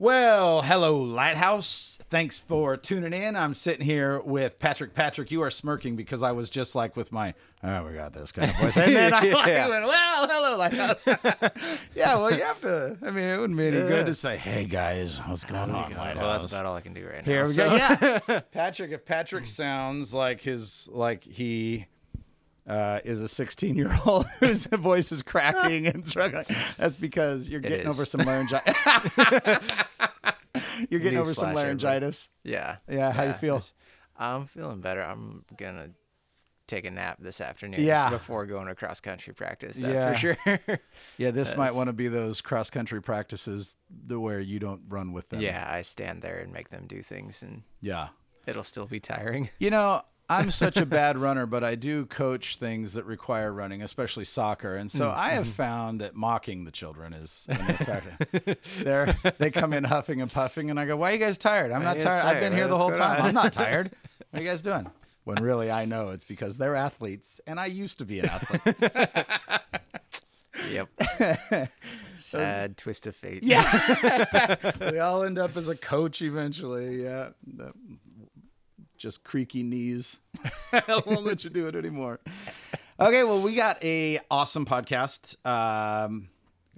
Well, hello, Lighthouse. Thanks for tuning in. I'm sitting here with Patrick. Patrick, you are smirking because I was just like with my, oh, we got this kind of voice. And then I like, Yeah. went, well, hello, Lighthouse. yeah, well, you have to. I mean, it wouldn't be any good to say, hey, guys, what's going on, Lighthouse? Well, that's about all I can do right now. Here we so- go. Yeah, Patrick. If Patrick sounds like his like he uh, is a 16 year old whose voice is cracking and struggling, that's because you're getting is. over some laryngitis. you're getting over some Newsflash, everybody. laryngitis. Yeah. Yeah, how you feel? I'm feeling better. I'm gonna take a nap this afternoon. Yeah. Before going to cross country practice. That's Yeah. for sure. Yeah, this might want to be those cross country practices the where you don't run with them. yeah. I stand there and make them do things, and yeah. it'll still be tiring. You know, I'm such a bad runner, but I do coach things that require running, especially soccer. And Mm, so I mm-hmm. have found that mocking the children is an effective. They're, they come in huffing and puffing, and I go, Why are you guys tired? I'm not you tired. guys I've been tired? here the What's whole going time. on?" I'm not tired. What are you guys doing? When really I know it's because they're athletes, and I used to be an athlete. Yep. Sad twist of fate. Yeah. we all end up as a coach eventually. Yeah. The- Just creaky knees. I won't let you do it anymore. Okay, well, we got a awesome podcast um,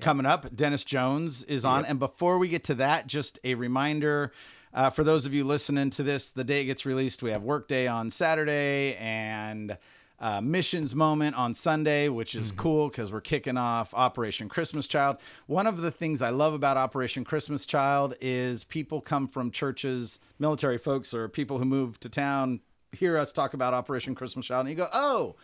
coming up. Dennis Jones is on, and before we get to that, just a reminder uh, for those of you listening to this: the day it gets released, we have Workday on Saturday and uh, Missions Moment on Sunday, which is cool because we're kicking off Operation Christmas Child. One of the things I love about Operation Christmas Child is people come from churches, military folks, or people who move to town hear us talk about Operation Christmas Child, and you go, "Oh."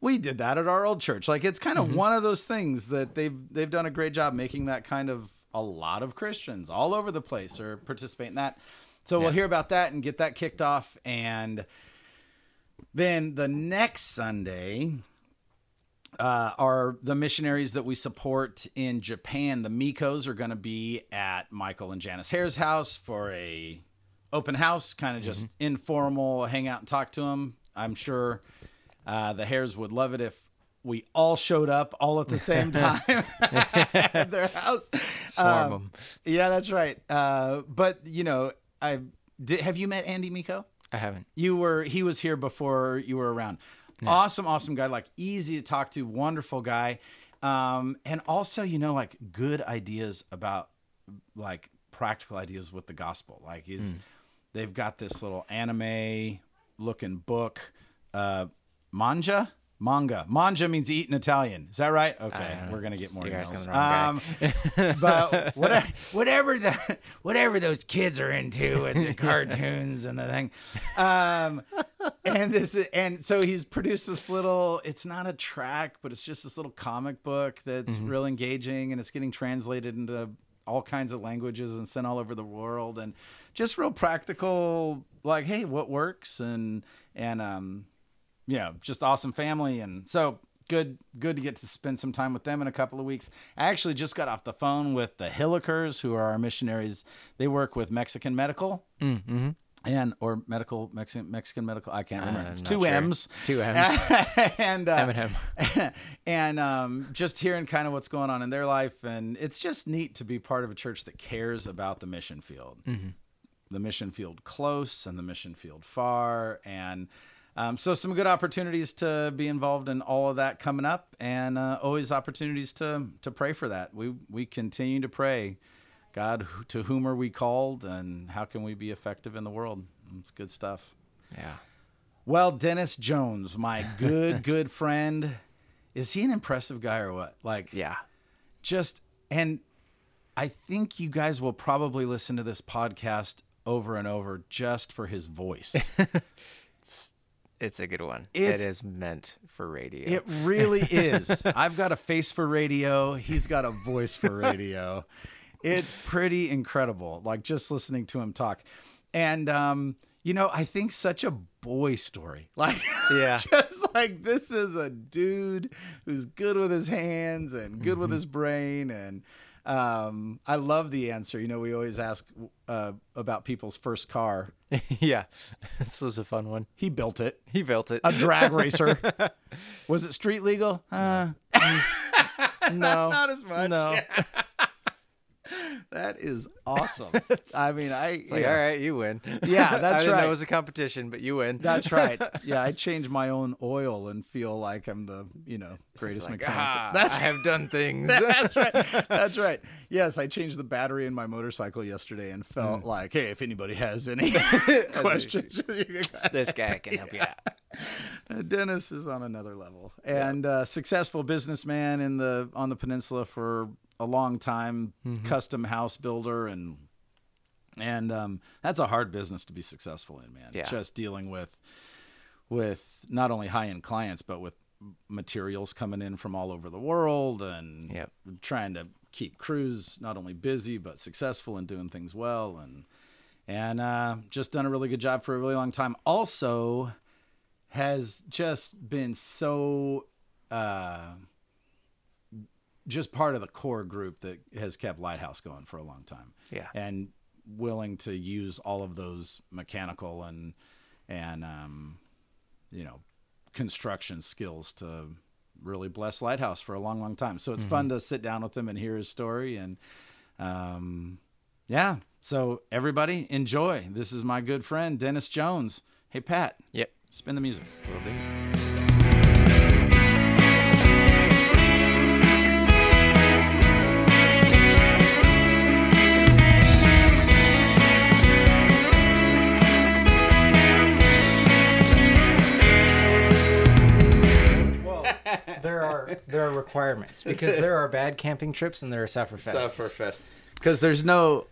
we did that at our old church. Like it's kind of one of those things that they've they've done a great job making that kind of a lot of Christians all over the place or participate in that. So we'll hear about that and get that kicked off and then the next Sunday uh, are the missionaries that we support in Japan. The Mikos are going to be at Michael and Janice Hare's house for a open house, kind of just informal, hang out and talk to them. I'm sure uh, the Hares would love it if we all showed up all at the same time at their house. Swarm Um, 'em. Yeah, that's right. Uh, but you know, I did. Have you met Andy Miko? I haven't. You were he was here before you were around. Awesome, awesome guy, like easy to talk to, wonderful guy. Um, and also, you know, like good ideas about like practical ideas with the gospel. Like is Hmm. they've got this little anime looking book, uh manja? Manga. Manja means eat in Italian. Is that right? Okay. We're gonna get more Uh, You're asking emails. the wrong Um, but whatever, whatever the whatever those kids are into and the cartoons and the thing, um, and this and so he's produced this little. It's not a track, but it's just this little comic book that's real engaging, and it's getting translated into all kinds of languages and sent all over the world, and just real practical. Like, hey, what works and and um, you know, just awesome family. And so good, good to get to spend some time with them in a couple of weeks. I actually just got off the phone with the Hillikers, who are our missionaries. They work with Mexican Medical. Mm-hmm. And or medical Mexican Mexican medical I can't remember it's Uh, not two sure. M's Two M's. and uh, M. and um, just hearing kind of what's going on in their life and it's just neat to be part of a church that cares about the mission field Mm-hmm. the mission field close and the mission field far. And um, so, some good opportunities to be involved in all of that coming up, and uh, always opportunities to to pray for that. We we continue to pray, God, who- to whom are we called, and how can we be effective in the world? It's good stuff. Yeah. Well, Dennis Jones, my good good friend, is he an impressive guy or what? Like, Yeah. just and I think you guys will probably listen to this podcast over and over just for his voice. It's a good one. It's- it is meant for radio. it really is. I've got a face for radio, he's got a voice for radio. It's pretty incredible, like just listening to him talk. And um, you know, I think such a boy story. Like Yeah. just like this is a dude who's good with his hands and good with his brain and um, I love the answer. You know, we always ask uh, about people's first car. yeah. This was a fun one. He built it. He built it. A drag racer. Was it street legal? Uh, no. as much. No. That is awesome. I mean, I It's like, yeah. all right, you win. Yeah, I that's didn't right. Know it was a competition, but you win. That's right. Yeah, I change my own oil and feel like I'm the you know greatest like, mechanic. ah, That's I have done things. That's right. That's right. Yes, I changed the battery in my motorcycle yesterday and felt Mm. like, hey, if anybody has any questions, this guy can help you out. Uh, Dennis is on another level and uh, successful businessman in the on the peninsula for a long time, custom house builder and and um, that's a hard business to be successful in, man. Yeah. Just dealing with with not only high end clients but with materials coming in from all over the world and Yep. trying to keep crews not only busy but successful and doing things well and and uh, just done a really good job for a really long time. Also, has just been so uh, just part of the core group that has kept Lighthouse going for a long time. Yeah. and willing to use all of those mechanical and and um, you know construction skills to really bless Lighthouse for a long, long time. So it's fun to sit down with him and hear his story and um, yeah. So everybody enjoy. This is my good friend Dennis Jones. Hey Pat, Yep. spin the music. Will do. There are there are requirements because there are bad camping trips and there are suffer fests. Sufferfest. Because there's no,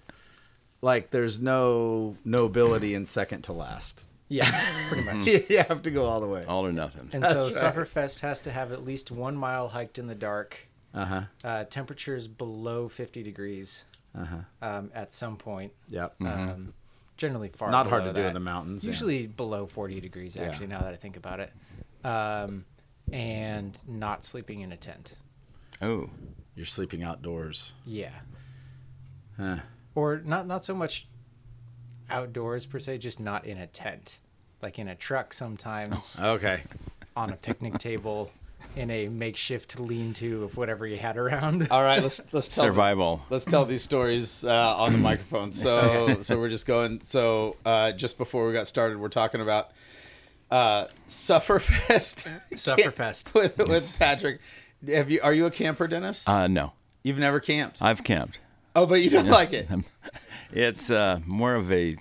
like, there's no nobility in second to last. Yeah, pretty much. Mm. you have to go all the way. All or nothing. And so Sufferfest has to have at least one mile hiked in the dark, Uh huh. uh, temperatures below 50 degrees Uh-huh. um, at some point. Yep. Mm-hmm. Uh, Um, generally far. Uh-huh. Not hard below to do in that. the mountains, yeah. Usually below 40 degrees, actually, now that I think about it. Um, and not sleeping in a tent. Oh, You're sleeping outdoors. Yeah. Huh. Or not, not so much outdoors per se, just not in a tent. Like in a truck sometimes. Okay. on a picnic table in a makeshift lean-to of whatever you had around. Oh, All right, let's let's tell survival. Let's tell these stories uh, on the microphone. So so we're just going. So uh, just before we got started, we're talking about uh, Sufferfest. Sufferfest. with with Patrick. Have you are you a camper, Dennis? Uh, no, You've never camped. I've camped. oh, but you don't like it. It's uh, more of a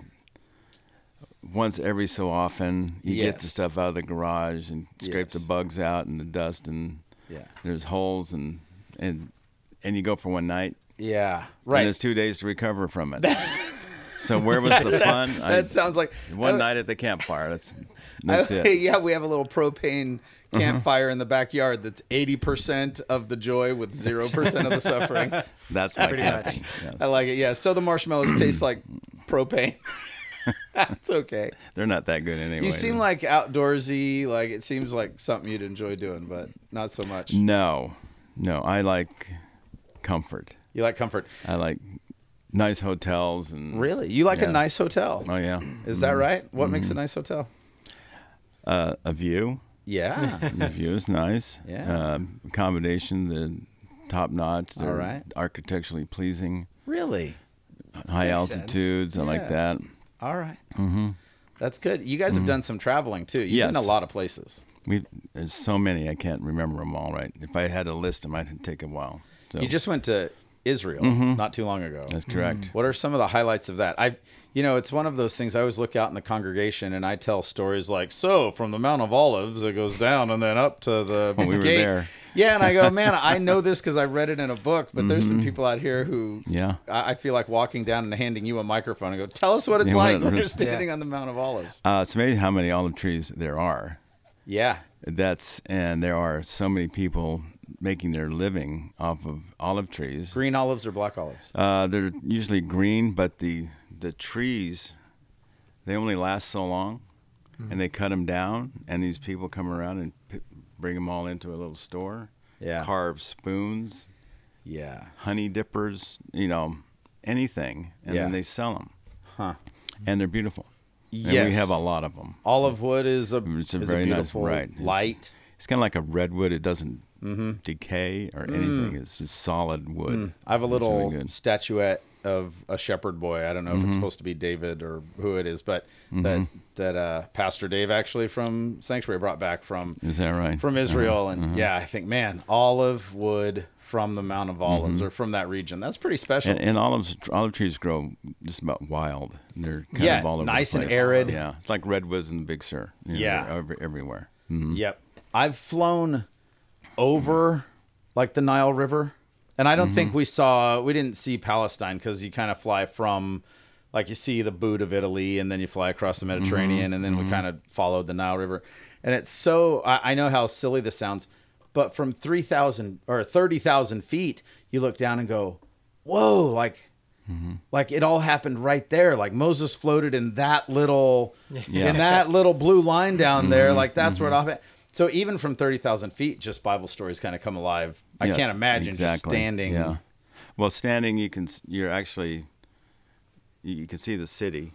once every so often you get the Yes. stuff out of the garage and scrape the Yes. bugs out and the dust and Yeah. there's holes and and and you go for one night Yeah. and there's Right. two days to recover from it. so where was the fun? I- That sounds like one I- night at the campfire. That's that's it. Uh-huh. Yeah, we have a little propane campfire in the backyard that's 80% of the joy with 0% of the suffering. That's my Pretty camping. Yeah. I like it. Yeah. So the marshmallows taste like propane. That's okay. They're not that good anyway. You seem like outdoorsy. Like it seems like something you'd enjoy doing, but not so much. no, no. I like comfort. You like comfort. I like nice hotels and Really? You like a Yeah. Mm-hmm. nice hotel. Oh yeah, Is that right? What makes a nice hotel? uh, a view. Yeah. The view is nice. Yeah. Um, accommodation, the top notch. They're right. Architecturally pleasing. really? High Makes sense. altitudes. I Yeah. like that. All right. That's good. You guys have done some traveling too. You've been Mm-hmm. Yes. a lot of places. We there's so many I can't remember them all. Right. If I had to list them, I'd take a while. So You just went to Israel not too long ago. Mm-hmm. that's correct. What are some of the highlights of that? I, you know, it's one of those things. I always look out in the congregation and I tell stories like, "So from the Mount of Olives, it goes down and then up to the." When we were gate." there. Yeah, and I go, man, I know this because I read it in a book. But there's some people out here who, Mm-hmm. Yeah. I, I feel like walking down and handing you a microphone and go, "Tell us what it's Yeah, like what- when you're standing on the Mount of Olives." Uh, it's amazing how many olive trees there are. Yeah, That's and there are so many people making their living off of olive trees. green olives or black olives? Uh, they're usually green, but the the trees they only last so long, Hmm. and they cut them down. And these people come around and p- bring them all into a little store. Yeah. carve spoons, Yeah, honey dippers, you know, anything, and Yeah. then they sell them, huh? Hmm. and they're beautiful. and we Yes. have a lot of them. Olive wood is a, It's a is very a nice- beautiful right. It's- light. It's kind of like a redwood; it doesn't decay or anything. It's just solid wood. Mm-hmm. Mm. I have a It's really little good. Mm-hmm. statuette of a shepherd boy. I don't know if it's supposed to be David or who it is, but that that uh, Pastor Dave actually from Sanctuary brought back from Is that right? from Israel, Uh-huh. and yeah, I think man, olive wood from the Mount of Olives or from that region. That's pretty special. Mm-hmm. And, and olives, olive trees grow just about wild. They're kind Yeah, of all over nice the and place. arid. Yeah, it's like redwoods in the Big Sur. You know, Yeah. they're over- everywhere. Yep, I've flown over like the Nile River, and I don't think we saw we didn't see Palestine because you kind of fly from. Like you see the boot of Italy, and then you fly across the Mediterranean, and then we kind of followed the Nile River, and it's so I, I know how silly this sounds, but from three thousand or thirty thousand feet, you look down and go, "Whoa!" Like like it all happened right there like moses floated in that little in that little blue line down Mm-hmm. there like that's where it all happened so even from 30000 feet just bible stories kind of come alive i Mm, Yes, can't imagine just standing Yeah. Well, standing, you can s- you're actually you you can see the city,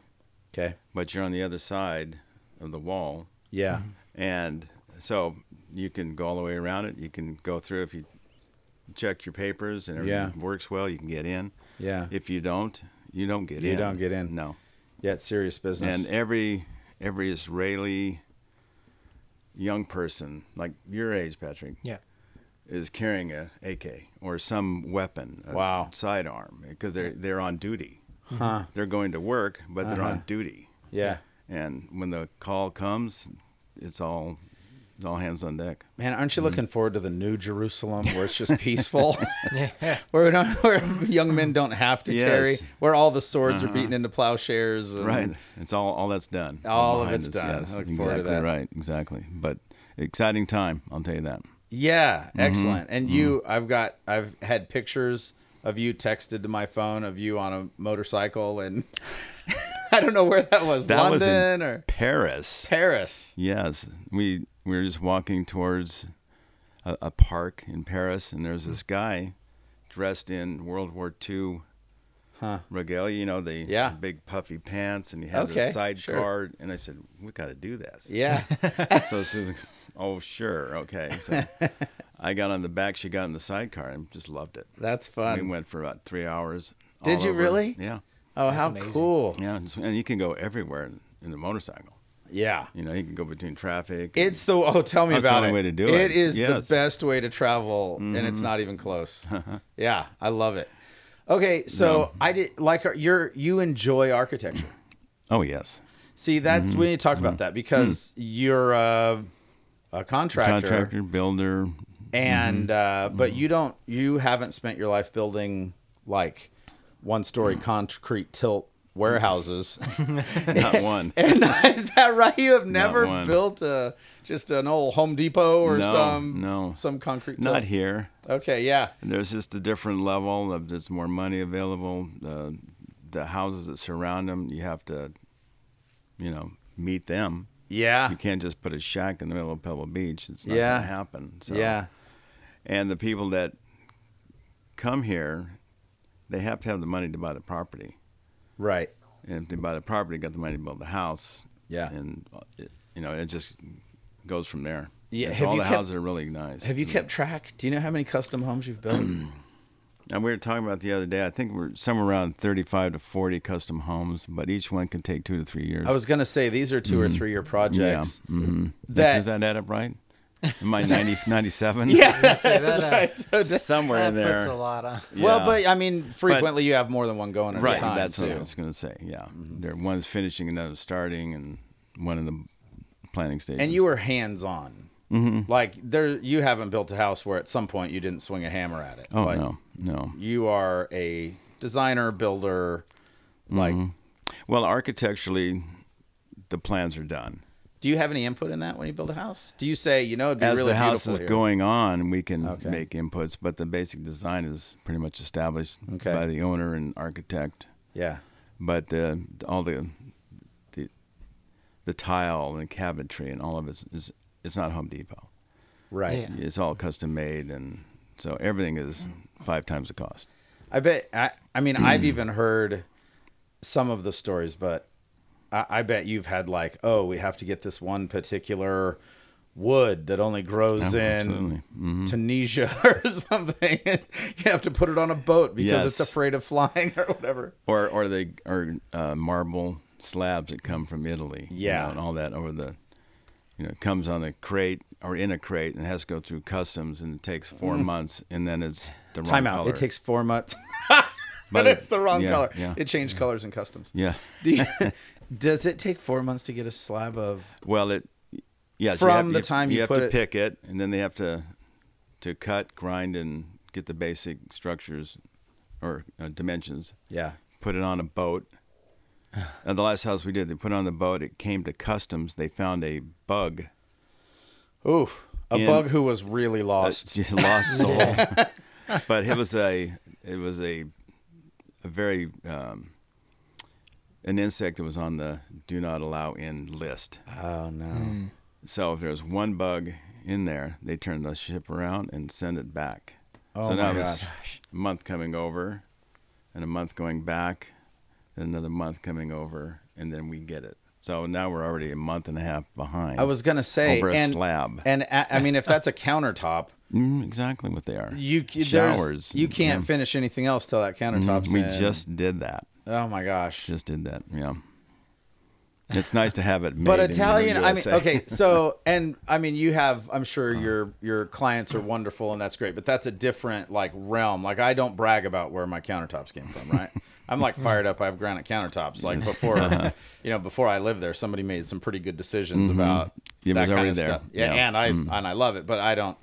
okay but you're on the other side of the wall, yeah Mm-hmm. and so you can go all the way around it. You can go through if you check your papers and everything Yeah. works well. You can get in. Yeah. If you don't, you don't get in. You don't get in. No. yeah it's serious business And every every Israeli young person, like your age, Patrick, Yeah. is carrying a AK or some weapon, a Wow. sidearm, because they're they're on duty. They're going to work, but they're on duty. Uh-huh. yeah And when the call comes, it's all it's all hands on deck. man aren't you Mm-hmm. looking forward to the new jerusalem where it's just peaceful where, we don't, where young men don't have to Yes. Uh-huh. carry where all the swords are beaten into plowshares and, Right. It's all all that's done. All of Behind it's us, done. Yes, I look exactly forward to that. right. Exactly. But exciting time, I'll tell you that. Yeah, Mm-hmm. excellent. And you, I've got, I've had pictures of you texted to my phone of you on a motorcycle, and I don't know where that was, That London was in or Paris. Paris. Yes, we we were just walking towards a, a park in Paris, and there's this guy dressed in World War II regalia. You know the Yeah. big puffy pants, and he had Okay, a sidecar. sure. And I said, "We got to do this." Yeah, So Susan, oh sure, okay. So I got on the back. She got on the sidecar, and just loved it. that's we fun. went for about three hours. Did all you over. really? Yeah, Oh, how amazing. cool! yeah. And, and you can go everywhere in, in the motorcycle. Yeah, You know, you can go between traffic. and- it's the oh, tell me That's the about only it. way to do It it. is Yes. Mm-hmm. Uh-huh. the best way to travel, and it's not even close. yeah, I love it. Okay, so I did like you're you enjoy architecture. oh yes. See, that's Mm-hmm. we need to talk about that because you're a, a contractor, Mm. contractor, Mm-hmm. builder. and uh, but you don't, you haven't spent your life building like one-story concrete tilt warehouses. Not one. and is that right? You have never one. built a just an old Home Depot or No, some no. some concrete. Not tilt? here. Okay, yeah, There's just a different level. Of, there's more money available. Uh, the houses that surround them, you have to, you know, meet them. yeah, You can't just put a shack in the middle of Pebble Beach. It's not Ah. Yeah. going to happen. So. yeah, And the people that come here, they have to have the money to buy the property. right. And if they buy the property, got the money to build the house. Yeah. And, uh, it, you know, it just goes from there. Yeah, And so have all you the kept- houses are really nice. Have you kept track? Do you know how many custom homes you've built? And we were talking about the other day. I think we're somewhere around thirty-five to forty custom homes, but each one can take two to three years. mm-hmm. I was gonna say these are 2 or Mm. three year projects. That, Does Mm. that add up right? Am I 90, 97? So that, uh, somewhere in puts there. a lot on. Yeah. Well, but I mean, frequently you have more than one going at right, a time. that's what I too. Mm-hmm. was going to say. Yeah, there one's finishing, another's starting, and one in the planning stage. And you were hands on. Mm-hmm. Like there, you haven't built a house where at some point you didn't swing a hammer at it. oh like, no, no. You are a designer, builder. Like, Mm-hmm. Well, architecturally, the plans are done. do you have any input in that when you build a house? Do you say, you know, it'd be As really the house beautiful is here? going on, we can make inputs, but the basic design is pretty much established Okay. by the owner and architect. Yeah. but the all the the the tile and cabinetry and all of it is it's not Home Depot. Right. Yeah. It's all custom made, and so everything is Mm. five times the cost. I bet. I, I mean, I've even heard some of the stories, but I, I bet you've had like, oh, we have to get this one particular wood that only grows Oh, in absolutely. Tunisia or something. And you have to put it on a boat because it's Yes. afraid of flying or whatever. or or they or uh, marble slabs that come from Italy. you Yeah. know, and all that over the, you know, it comes on a crate or in a crate and has to go through customs and it takes four months and then it's the wrong Mm. Time out. color. It takes four months. But but it- it's the wrong yeah, color. yeah. It changed colors and customs. yeah. Do you- does it take four months to get a slab of? Well, it yes you From have- the you- time you have put to it- pick it and then they have to to cut, grind, and get the basic structures or uh, dimensions. Yeah. put it on a boat. At the last house we did, they put it on the boat. It came to customs. They found a bug, Ooh, a In- bug who was really a lost. Uh, lost soul. but it was a it was a a very um, an insect that was on the do not allow in list. oh no. So if there's one bug in there, they turn the ship around and send it back. Oh, so my now there's gosh. a month coming over, and a month going back, and another month coming over, and then we get it. So now we're already a month and a half behind. I was gonna say over a and, slab. and a, I mean if that's a countertop, Mm-hmm. Mm, exactly what they are. you c- there's- showers. You can't Yeah. finish anything else till that countertop's Mm, We in. just did that. oh my gosh. Just did that. Yeah. It's nice to have it made. But in the Italian, I mean, USA. okay, so and I mean, you have, I'm sure your your clients are wonderful and that's great, but that's a different like realm. Like I don't brag about where my countertops came from, right? I'm like fired up. I have granite countertops. Like before, you know, before I lived there, somebody made some pretty good decisions Mm-hmm. about It that was kind already of there. stuff. Yeah, Yeah. Mm. and I and I love it, but I don't,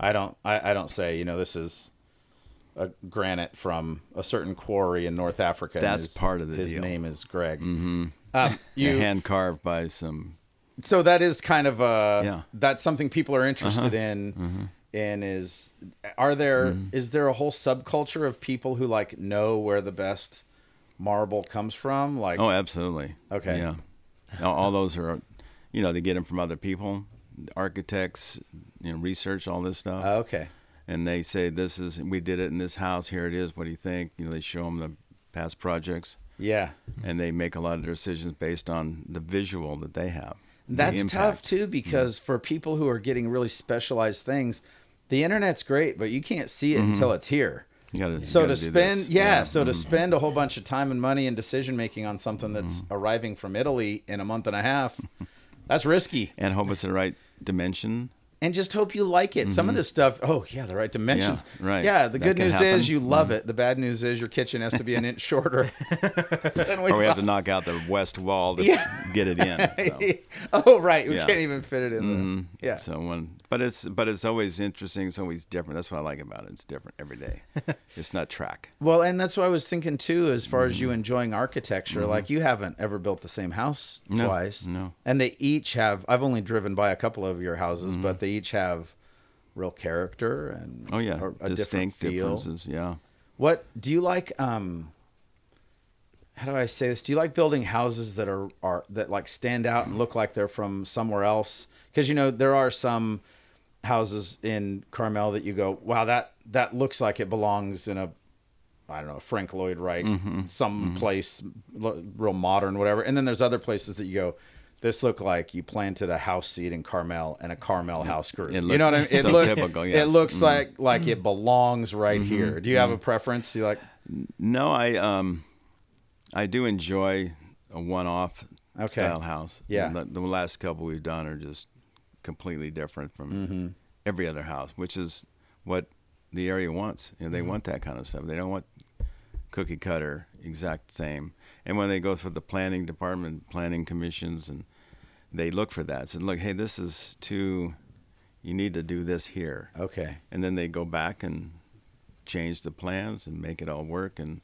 I don't, I, I don't say, you know, this is a granite from a certain quarry in North Africa. and That's his- part of the His deal. name is Greg. Mm-hmm. Um, you hand carved by some so that is kind of uh Yeah. Uh-huh. Mm-hmm. that's something people are interested in and is are there is there a whole subculture of people who like know where the best marble comes from like Oh, absolutely. Okay. Yeah. All, all those are, you know, they get them from other people, architects, you know, research, all this stuff. okay And they say, this is, we did it in this house. Here it is. What do you think? You know, they show them the past projects yeah and they make a lot of their decisions based on the visual that they have. the that's tough impact. too because for people who are getting really specialized things the internet's great but you can't see it until it's here Mm-hmm. You gotta, you so gotta to do spend this. Mm-hmm. yeah, so to spend a whole bunch of time and money and decision making on something that's Mm-hmm. arriving from italy in a month and a half that's risky And hope it's the right dimension. and just hope you like it. Some of this stuff, oh yeah, the right dimensions. Mm-hmm. Yeah, right. Yeah, the That good can news happen. Mm-hmm. is you love it. The bad news is your kitchen has to be an inch shorter. than we Or we have thought. to knock out the west wall to Yeah. get it in. so. oh right, we Yeah. Mm-hmm. can't even fit it in. There. Yeah. So one, but it's but it's always interesting. It's always different. That's what I like about it. It's different every day. it's not track. Well, and that's what I was thinking too, as far as you Mm-hmm. enjoying architecture. Like you haven't ever built the same house No, twice. no. And they each have. I've only driven by a couple of your houses, but they each have real character and Mm-hmm. Oh yeah, a, a different distinct feel. differences. Yeah. What do you like? Um, how do I say this? Do you like building houses that are are that like stand out and look like they're from somewhere else? Because you know there are some houses in Carmel that you go, wow, that that looks like it belongs in a I don't know Frank Lloyd Wright, Mm-hmm. some place lo- real modern, whatever. And then there's other places that you go. This look like you planted a house seed in Carmel and a Carmel house grew. it you know what I mean? looks so typical, It yes. Mm-hmm. looks like like it belongs right here. Do you have a preference? Do you like No, I um, I do enjoy a one-off Okay. style house. Yeah. The, the last couple we've done are just completely different from Mm-hmm. every other house, which is what the area wants. You know, Mm-hmm. they want that kind of stuff. They don't want cookie cutter, exact same. And when they go through the planning department, planning commissions, and they look for that. Said, look, hey, this is too. You need to do this here okay? and then they go back and change the plans and make it all work and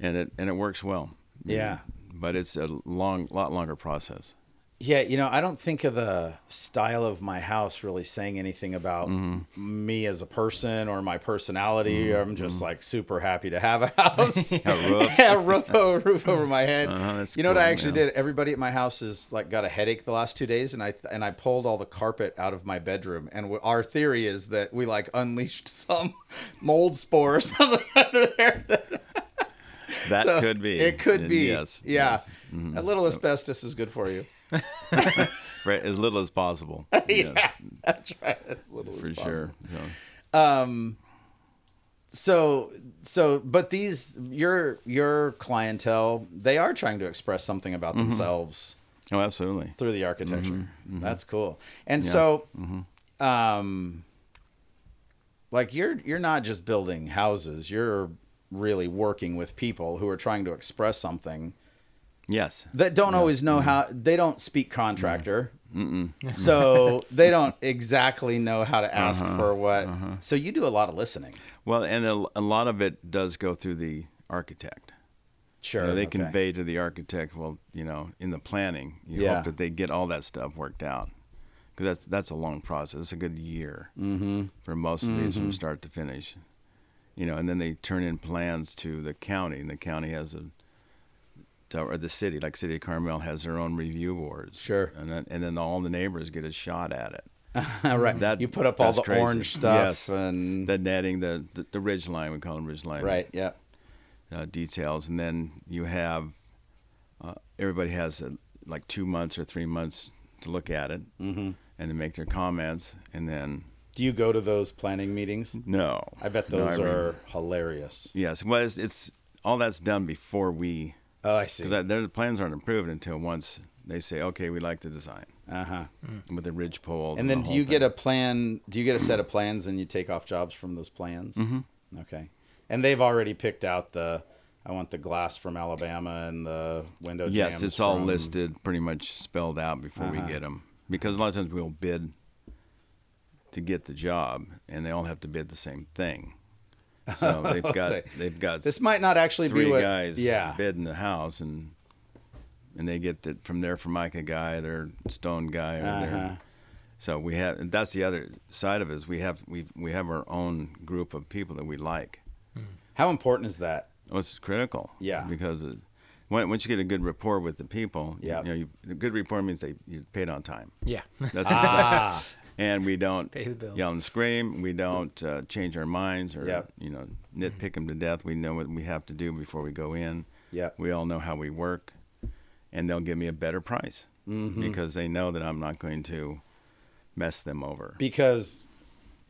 and it and it works well Yeah. but it's a long lot longer process Yeah, you know, I don't think of the style of my house really saying anything about Mm-hmm. me as a person or my personality. I'm just like super happy to have a house. A Mm-hmm. roof. yeah, a roof, o- roof over my head. Uh-huh, that's you know what I cool, actually yeah. did? Everybody at my house is like got a headache the last two days, and I and I pulled all the carpet out of my bedroom. And w- our theory is that we like unleashed some mold spore or something under there. that- That So could be. It could be. Yes. Yeah. yes. Mm-hmm. A little asbestos is good for you. For as little as possible. yeah, that's right. As little For as possible. sure. Yeah. so so but these your your clientele they are trying to express something about Mm-hmm. themselves Oh, absolutely. through the architecture Mm-hmm. that's cool and so um like you're you're not just building houses you're really working with people who are trying to express something Yes. that don't always know Mm-hmm. how they don't speak contractor so they don't exactly know how to ask Uh-huh. for what so you do a lot of listening Well, and a, a lot of it does go through the architect. sure You know, they okay. convey to the architect, well, you know, in the planning, you Yeah. hope that they get all that stuff worked out. Because that's, that's a long process. It's a good year Mm-hmm. for most of these from start to finish. You know, and then they turn in plans to the county, and the county has a, to- or the city, like City of Carmel has their own review boards. Sure. And then, and then all the neighbors get a shot at it. All right. That- you put up all that's the crazy. orange stuff Yes. and The netting, the, the, the ridge line, we call them ridge line. right, yeah. uh, details, and then you have uh, everybody has uh like two months or three months to look at it Mm-hmm. and to make their comments, and then Do you go to those planning meetings? no, I bet No, those mean- are hilarious. yes. Well, it's, it's all that's done before we Oh, I see. because the plans aren't approved until once they say okay, we like the design Uh huh. with the ridge poles. And then the do whole you thing. get a plan? Do you get a set of plans and you take off jobs from those plans? Mm-hmm. Okay. And they've already picked out the. I want the glass from Alabama and the Uh-huh. window. yes? jams It's all from- listed, pretty much spelled out before we get them because a lot of times we'll bid to get the job, and they all have to bid the same thing. So they've got say, they've got This might not actually three be what guys Yeah. bid in the house and and they get the from their Formica guy, their stone guy, or Uh-huh. their so we have and that's the other side of it is we have we we have our own group of people that we like. How important is that? Well, it's critical. Yeah. Because it, when, once you get a good rapport with the people, Yeah. you know, you, the good rapport means they you paid on time. Yeah. That's ah. And we don't Pay the bills. yell and scream. We don't uh, change our minds or Yep. you know Mm-hmm. nitpick them to death. We know what we have to do before we go in. Yep. We all know how we work, and they'll give me a better price Mm-hmm. because they know that I'm not going to mess them over. because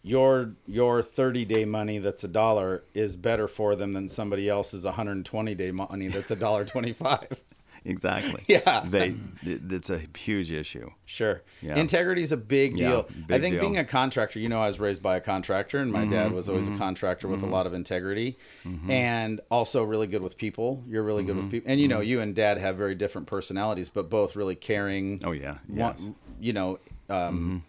your your 30 day money that's a dollar is better for them than somebody else's 120 day money that's a dollar 25 exactly. Yeah. They. It, it's a huge issue. sure Yeah. integrity is a big Yeah, deal i big think deal. Mm-hmm. being a contractor you know i was raised by a contractor and my dad was always a contractor with a lot of integrity and also really good with people you're really good Mm-hmm. with people and you know you and dad have very different personalities but both really caring Oh, yeah. want- Yes. you know um,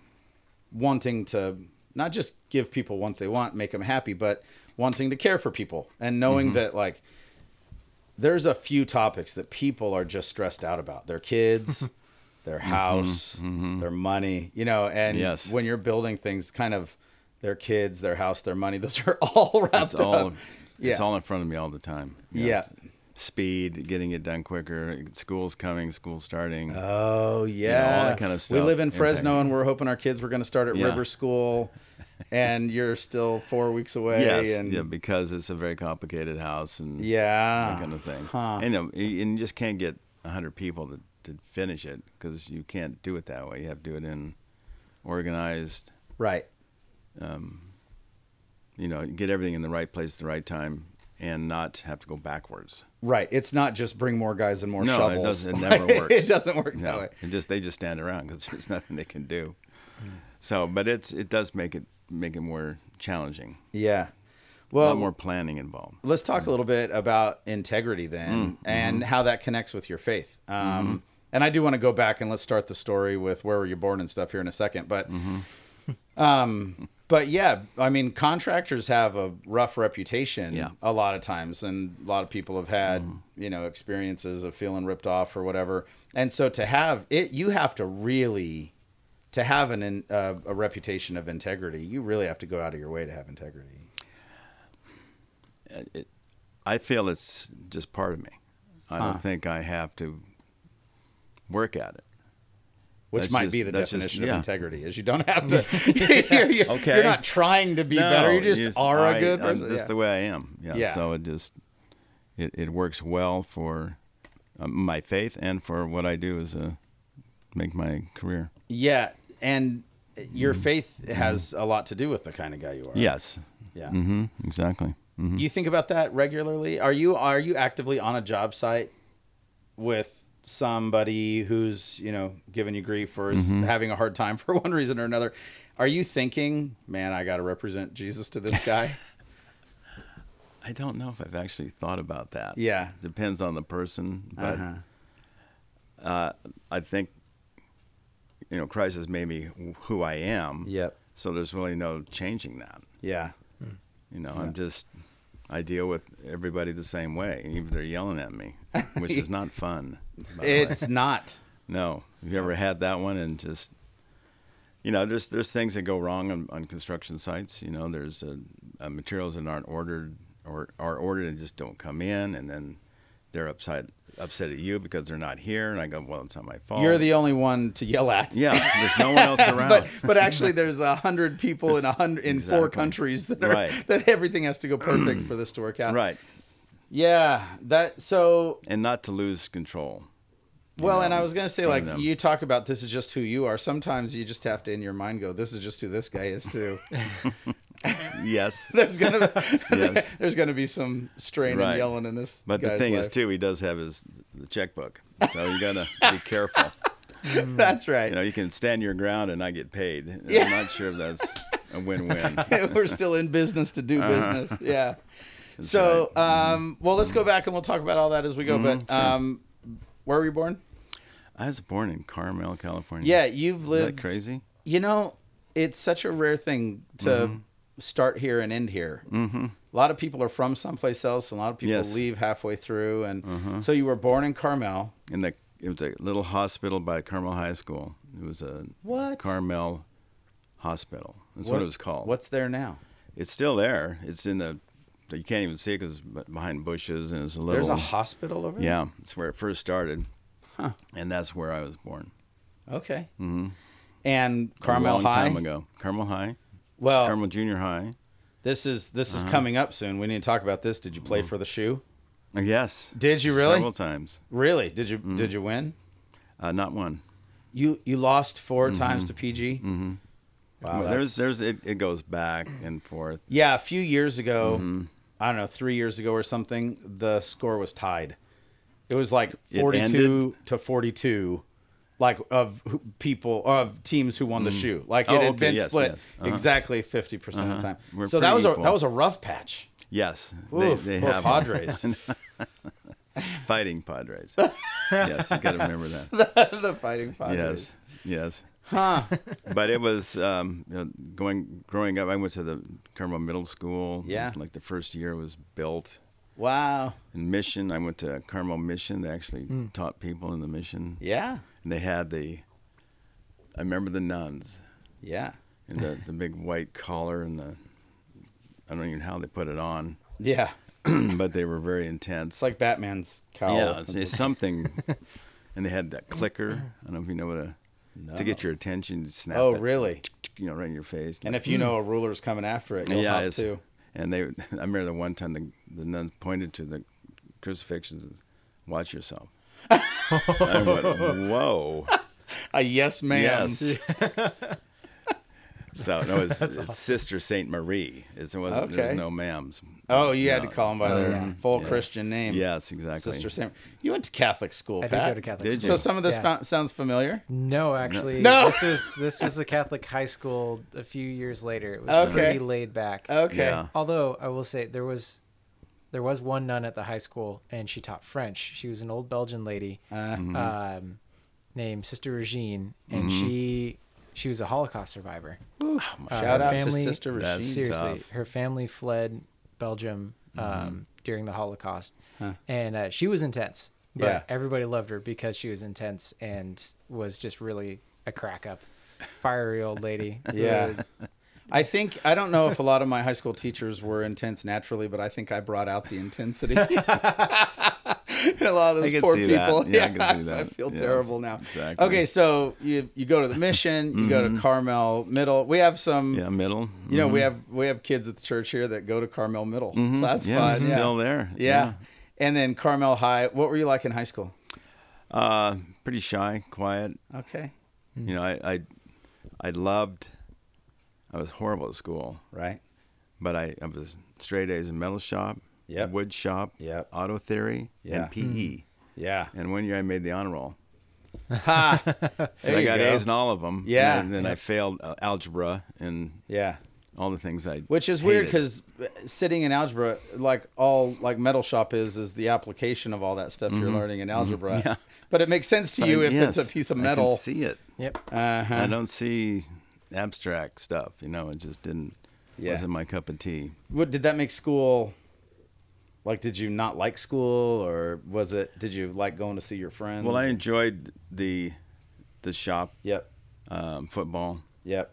wanting to not just give people what they want, make them happy, but wanting to care for people and knowing Mm-hmm. that like there's a few topics that people are just stressed out about their kids, their house, their money, you know, and Mm-hmm. Yes. when you're building things, kind of their kids, their house, their money, those are all wrapped It's all. up. It's Yeah. all in front of me all the time. Yeah. Speed, getting it done quicker. School's coming. School's starting. Oh yeah, all that kinda We stuff live in impacts Fresno, you. and we're hoping our kids were going to start at Yeah. River School, and you're still four weeks away. Yes, and yeah, because it's a very complicated house and yeah, that kind of thing. Huh. And, um, y- and you just can't get hundred people to, to finish it because you can't do it that way. You have to do it in organized. right. You know, get everything in the right place at the right time and not have to go backwards. Right. It's not just bring more guys and more no, shovels. it doesn't. It never works. it doesn't work that way. Hmm. It just they just stand around because there's nothing they can do. So, but it's it does make it make it more challenging. Yeah. a Well, lot more planning involved. let's talk a little bit about integrity then and how that connects with your faith um, and i do want to go back and let's start the story with where were you born and stuff here in a second but um, but yeah i mean contractors have a rough reputation Yeah. a lot of times and a lot of people have had you know experiences of feeling ripped off or whatever and so to have it you have to really to have an, in uh, a reputation of integrity you really have to go out of your way to have integrity I feel it's just part of me. I don't think I have to work at it. which That's might just- be the that's just- definition of yeah. integrity is you don't have to you're, you're- Okay. you're not trying to be better you just are a a good I'm person just yeah. the way I am. Yeah. Yeah. So it just it, it works well for um, my faith and for what I do as a make my career. Yeah, and your Mm-hmm. faith has a lot to do with the kind of guy you are. Yes. Yeah. hmm Exactly. hmm You think about that regularly? Are you are you actively on a job site with somebody who's, you know, giving you grief or Mm-hmm. is having a hard time for one reason or another? Are you thinking, man, I got to represent Jesus to this guy? I don't know if I've actually thought about that. Yeah. Depends on the person, but Uh-huh. I think you know Christ has made me who I am. Yep. So there's really no changing that. Yeah. You know, I'm just I deal with everybody the same way, even if they're yelling at me, which is not fun. by the way. It's not. No. Have you ever had that one and just you know, there's there's things that go wrong on, on construction sites. You know, there's uh uh materials that aren't ordered or are ordered and just don't come in, and then they're upside upset at you because they're not here. And I go, well, it's not my fault. You're the only one to yell at. Oh. yeah. There's no one else around. But but actually, there's a hundred people in a hundred in four Exactly. countries that are, Right. that everything has to go perfect for this to work out. right, Yeah. That so and not to lose control. Well, and know, I was gonna say, from like them. you talk about, this is just who you are. Sometimes you just have to, in your mind, go, "This is just who this guy is too." Yes. there's gonna, Yes. there's gonna be some strain and Right. yelling in this. But the guy's thing is, life. too, he does have his the checkbook, so you gotta be careful. that's right. You know, you can stand your ground and not get paid. I'm not sure if that's a win-win. We're still in business to Uh-huh. do business. Yeah. So, Mm-hmm. um, well, let's go back and we'll talk about all that as we go. but um, where were you born? I was born in Carmel, California. Yeah, you've Isn't lived. that crazy? You know, it's such a rare thing to Mm-hmm. start here and end here. Mm-hmm. A lot of people are from someplace else. and A lot of people Yes. Mm-hmm. leave halfway through, and so you were born in Carmel. In the it was a little hospital by Carmel High School. It was a What? Carmel Hospital. That's what, it was called. What's there now? It's still there. It's in the you can't even see it because behind bushes and it's a little. There's a hospital over there. Yeah, it's where it first started, and that's where I was born. Okay. Mm-hmm. And A Carmel long High. time ago. Carmel High. Well- Carmel Uh-huh. Junior High. This is this is coming up soon. We need to talk about this. Did you play Mm-hmm. for the shoe? Uh, Yes. Did you really? Several times. Really? Did you Mm-hmm. did you win? Uh, not one. You you lost 4 times to PG. Mm-hmm. Wow. that's- there's there's it, it goes back and forth. Yeah, a few years ago, Mm-hmm. I don't know, three years ago or something, the score was tied. It was like It forty-two to forty-two, like of who- people of teams who won the shoe. Like it Oh, had okay, been yes, split yes. Uh-huh. exactly fifty percent of the time. We're so that pretty was a equal. that was a rough patch. Yes. Oof, poor them. Padres. fighting Padres. yes, you got to remember that. the Fighting Padres. Yes, yes. but it was um, you know, going growing up. I went to the Carmel Middle School. Yeah. like the first year it was built. Wow. In Mission, I went to Carmel Mission. They actually taught people in the mission. Hmm. Yeah. And they had the, I remember the nuns Yeah. and the, the big white collar and the, I don't even know how they put it on, Yeah. but they were very intense. It's like Batman's cowl. Yeah, it's, it's something. and they had that clicker. I don't know if you know what a to get your attention. you Snap. Oh, that, really? You know, right in your face. And if you know a ruler's coming after it, you'll Hmm. yeah, hop it's, too. and they. I remember the one time the the nuns pointed to the crucifixions. And, Watch yourself. I went, whoa. A yes man. Yes. so no, it's, it's Sister Saint Marie. It's, it wasn't, There Okay. was no ma'ams. Oh, you had to No. call them by their full Christian name. Yes, exactly. Sister Sam. You went to Catholic school, I did Pat. go to Catholic Did school. So some of this Yeah. fou- sounds familiar. No, actually, No. This was this was the Catholic high school a few years later. It was Okay. pretty laid back. Okay. Yeah. Although I will say there was there was one nun at the high school, and she taught French. She was an old Belgian lady Mm-hmm. um, named Sister Regine, and she she was a Holocaust survivor. um, Uh, Shout her out to Sister That's- Rashid. Seriously, tough. Mm-hmm. her family fled Belgium um, during the Holocaust, and uh, she was intense. But Yeah. everybody loved her because she was intense and was just really a crack up, fiery old lady. who Yeah. I think I don't know if a lot of my high school teachers were intense naturally, but I think I brought out the intensity. In a lot of I those can poor see that. people. Yeah, I can see I that. feel Yes, terrible now. exactly. Mm-hmm. Okay, so you you go to the mission, you go to Carmel Middle. We have some Yeah, Mm-hmm. middle. you know, we have we have kids at the church here that go to Carmel Middle. So that's Mm-hmm. yeah, fun. still there. Yeah. And then Carmel High. What were you like in high school? Uh, pretty shy, quiet. Okay. Mm. You know, I, I, I loved. I was horrible at school, Right. but I, I was straight A's in metal shop, Yep. wood shop, Yep. auto theory, Yeah. Hmm. and PE. Yeah. And one year I made the honor roll. There I you got go. A's in all of them. Yeah. And then, I failed uh, algebra and Yeah. all the things I. Which is weird hated. because sitting in algebra, like all like metal shop is, is the application of all that stuff you're Mm-hmm. learning in algebra. But it makes sense to you if Yes, it's a piece of I metal. Uh-huh. can see it. Yep. I don't see abstract stuff. You know, it just didn't. Yeah. Wasn't my cup of tea. What did that make school? Like, did you not like school, or was it? Did you like going to see your friends? Well, I enjoyed the the shop Yep. um, football, Yep.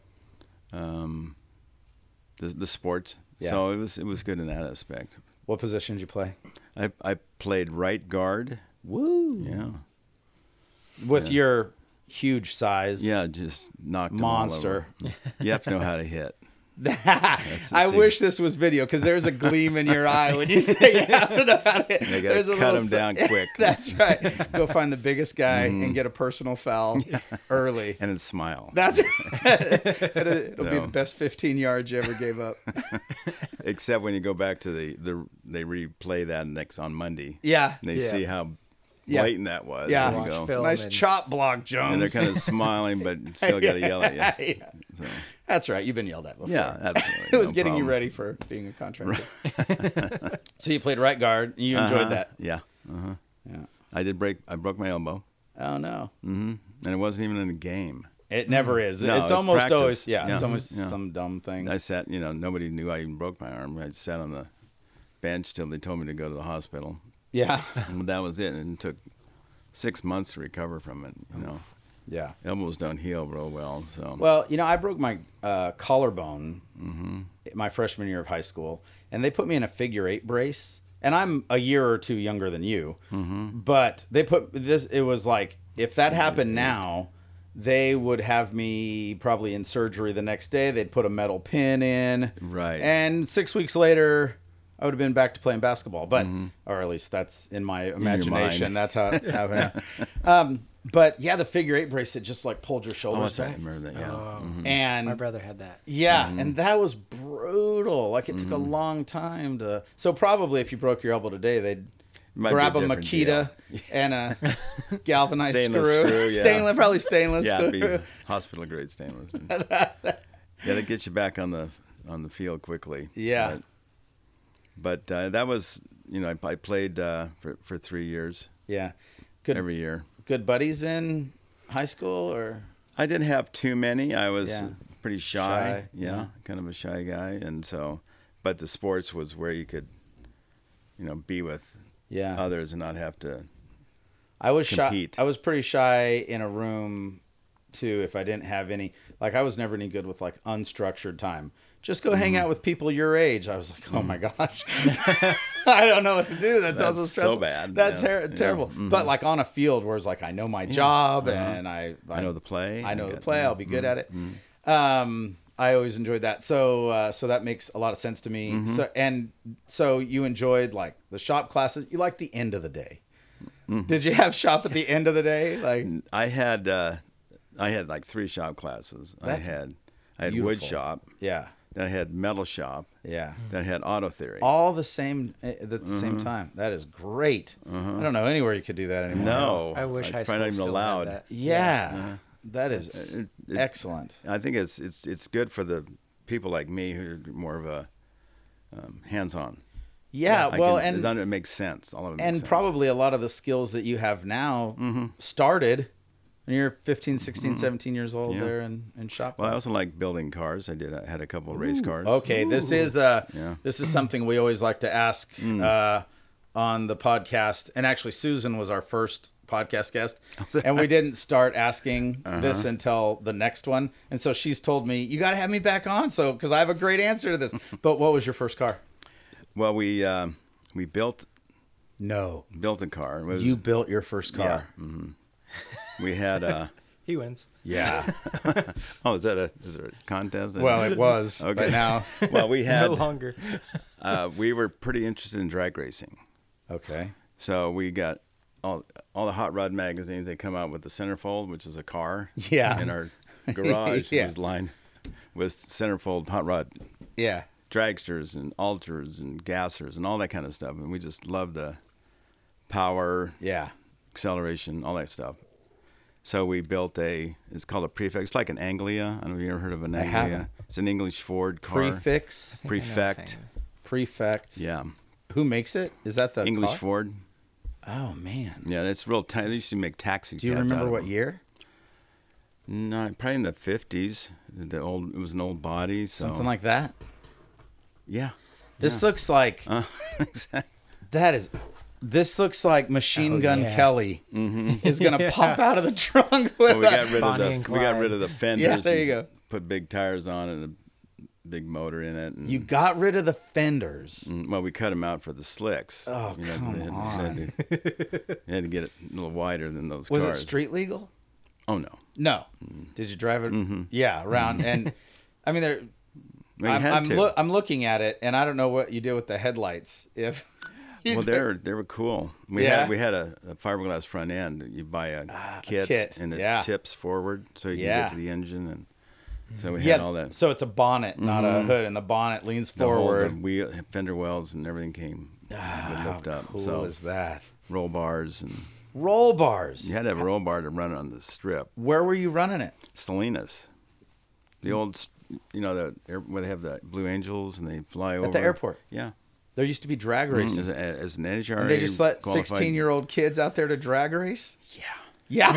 the the sports. Yeah. So it was it was good in that aspect. What position did you play? I I played right guard. Woo. Yeah. With your huge size. Yeah, just knocked 'em all over. Monster. You have to know how to hit. the I secret. wish this was video because there's a gleam in your eye when you say you don't know how to. They got There's to a cut little them si- down quick. That's right. Go find the biggest guy and get a personal foul early. and then smile. That's right. it'll it'll be No. the best 15 yards you ever gave up. Except when you go back to the, the they replay that next on Monday. Yeah. And they Yeah. see how Yeah. blatant that was. Yeah. And you Watch go- "Oh, film. nice and- chop block, Jones. and they're kind of smiling, but still got to yell at you. Yeah. That's right. You've been yelled at before. Yeah, absolutely. It was no getting problem. you ready for being a contractor. so you played right guard. and You enjoyed Uh-huh. that. Yeah. Uh-huh. Yeah. I did break. I broke my elbow, Oh no. and it wasn't even in a game. It never is. Mm. No, it's, it's almost practice. always yeah, It's Yeah. almost Yeah. some dumb thing. I sat. You know, nobody knew I even broke my arm. I sat on the bench till they told me to go to the hospital. yeah. And that was it. And it took six months to recover from it. You know, yeah. elbows don't heal real well. So Well, you know, I broke my uh, collarbone Mm-hmm. my freshman year of high school, and they put me in a figure eight brace. And I'm a year or two younger than you, Mm-hmm. but they put this. It was like if that happened now, they would have me probably in surgery the next day. They'd put a metal pin in, Right. And six weeks later, I would have been back to playing basketball, but or at least that's in my Mm-hmm. mind. imagination. That's how it happened. um, but yeah, the figure eight brace it just like pulled your oh, shoulders that's right. I back remember that. Yeah. Oh. and My brother had that. yeah Mm-hmm. and that was brutal like it took Mm. a long time to so probably if you broke your elbow today they'd Might be grab a a, different makita and a galvanized Stainless screw, screw, yeah. stainless probably stainless yeah, it'd screw be hospital grade stainless. yeah, that gets you back on the on the field quickly. Yeah. But, but, uh, that was you know I, I played uh, for for three years yeah good every year. good buddies in high school or I didn't have too many. I was Yeah. pretty shy. Shy, Yeah, yeah. kind of a shy guy, and so but the sports was where you could you know be with Yeah. others and not have to. I was compete. shy. I was pretty shy in a room too. If I didn't have any, like I was never any good with like unstructured time. Just go hang Mm-hmm. out with people your age. I was like, oh my gosh, I don't know what to do. That sounds That's so stressful. bad. That's Yeah. ter- Yeah. Mm-hmm. terrible. But like on a field where it's like I know my job and I, Uh-huh. I know the play. I know I the Mm-hmm. get- play. I'll be good at it. Um, I always enjoyed that. So uh, so that makes a lot of sense to me. So and so you enjoyed like the shop classes. You like the end of the day. Did you have shop at the end of the day? Like I had uh, I had like three shop classes. That's I had I had wood beautiful. shop. yeah, Then I had metal shop. yeah. Mm-hmm. Then I had auto theory. All the same eh, at the same time. That is great. I don't know anywhere you could do that anymore. no, I wish it's probably high school not even still allowed. had that. Yeah. Uh-huh. That is It- it- excellent. I think it's it's it's good for the people like me who are more of a um, hands-on. Yeah. I Uh, well, can- and then it makes sense. All of it makes and sense. probably a lot of the skills that you have now started when you're 15 16 17 years old Yeah. there in, in shop Well, I class. also like building cars. I did. I had a couple of race cars. okay this is uh Yeah. this is something we always like to ask uh on the podcast and actually susan was our first podcast guest and we didn't start asking this until the next one and so she's told me you got to have me back on so because i have a great answer to this but what was your first car Well, we um, we built no built a car. It was- you built your first car we had a. He wins. yeah, Oh, is that a is there a contest? well it was okay Okay. now well, we No had. longer. Uh, we were pretty interested in drag racing, okay So we got all all the hot rod magazines. They come out with the centerfold, which is a car. Yeah. In our garage Yeah. was lined with centerfold hot rod Yeah. dragsters and alters and gassers and all that kind of stuff. And we just loved the power, Yeah. acceleration, all that stuff. So we built a. It's called a prefix, like an Anglia. I don't know if you ever heard of an Anglia. haven't. It's an English Ford car. Prefix. Prefect. Prefect. Yeah. Who makes it? Is that the English car? Ford. Oh man. Yeah, that's real tight. They used to make taxi. Do you cabs out remember of what them. year? No, probably in the fifties. The old it was an old body. So. Something like that. yeah, Uh, This looks like that is. This looks like Machine Gun yeah. Kelly is gonna pop out of the trunk with Mm-hmm. Well, we got a- rid of Bonnie and the we got Clyde. rid of the fenders. there you and go. Put big tires on it, and a big motor in it. And, You got rid of the fenders. and, well, we cut them out for the slicks. Oh, you know, come they had, they had to, they had to get it a little wider than those Was cars. Mm-hmm. it street legal? Oh no, No. Did you drive it? Yeah, Mm-hmm. around and I mean there. Well, you I'm, had I'm, to. loo- I'm looking at it and I don't know what you do with the headlights. If you well, do- they were they were cool. We Yeah? Ah, had we had a, a fiberglass front end. You buy a kit, kit, and it yeah. tips forward, so you Yeah. can get to the engine, and so we had yeah, all that. So it's a bonnet, not Mm-hmm. a hood, and the bonnet leans the whole- forward. Ah, the wheel, fender wells, and everything came would lift up. cool so is that? roll bars, and Roll bars. you had to have a roll bar to run on the strip. Where were you running it? Salinas, the Hmm. old, s- you know, the air, where they have the Blue Angels, and they fly over airport. Yeah, There used to be drag races. as, a- as an NHRA, And they just let qualified- 16 year old kids out there to drag race? Yeah, Yeah.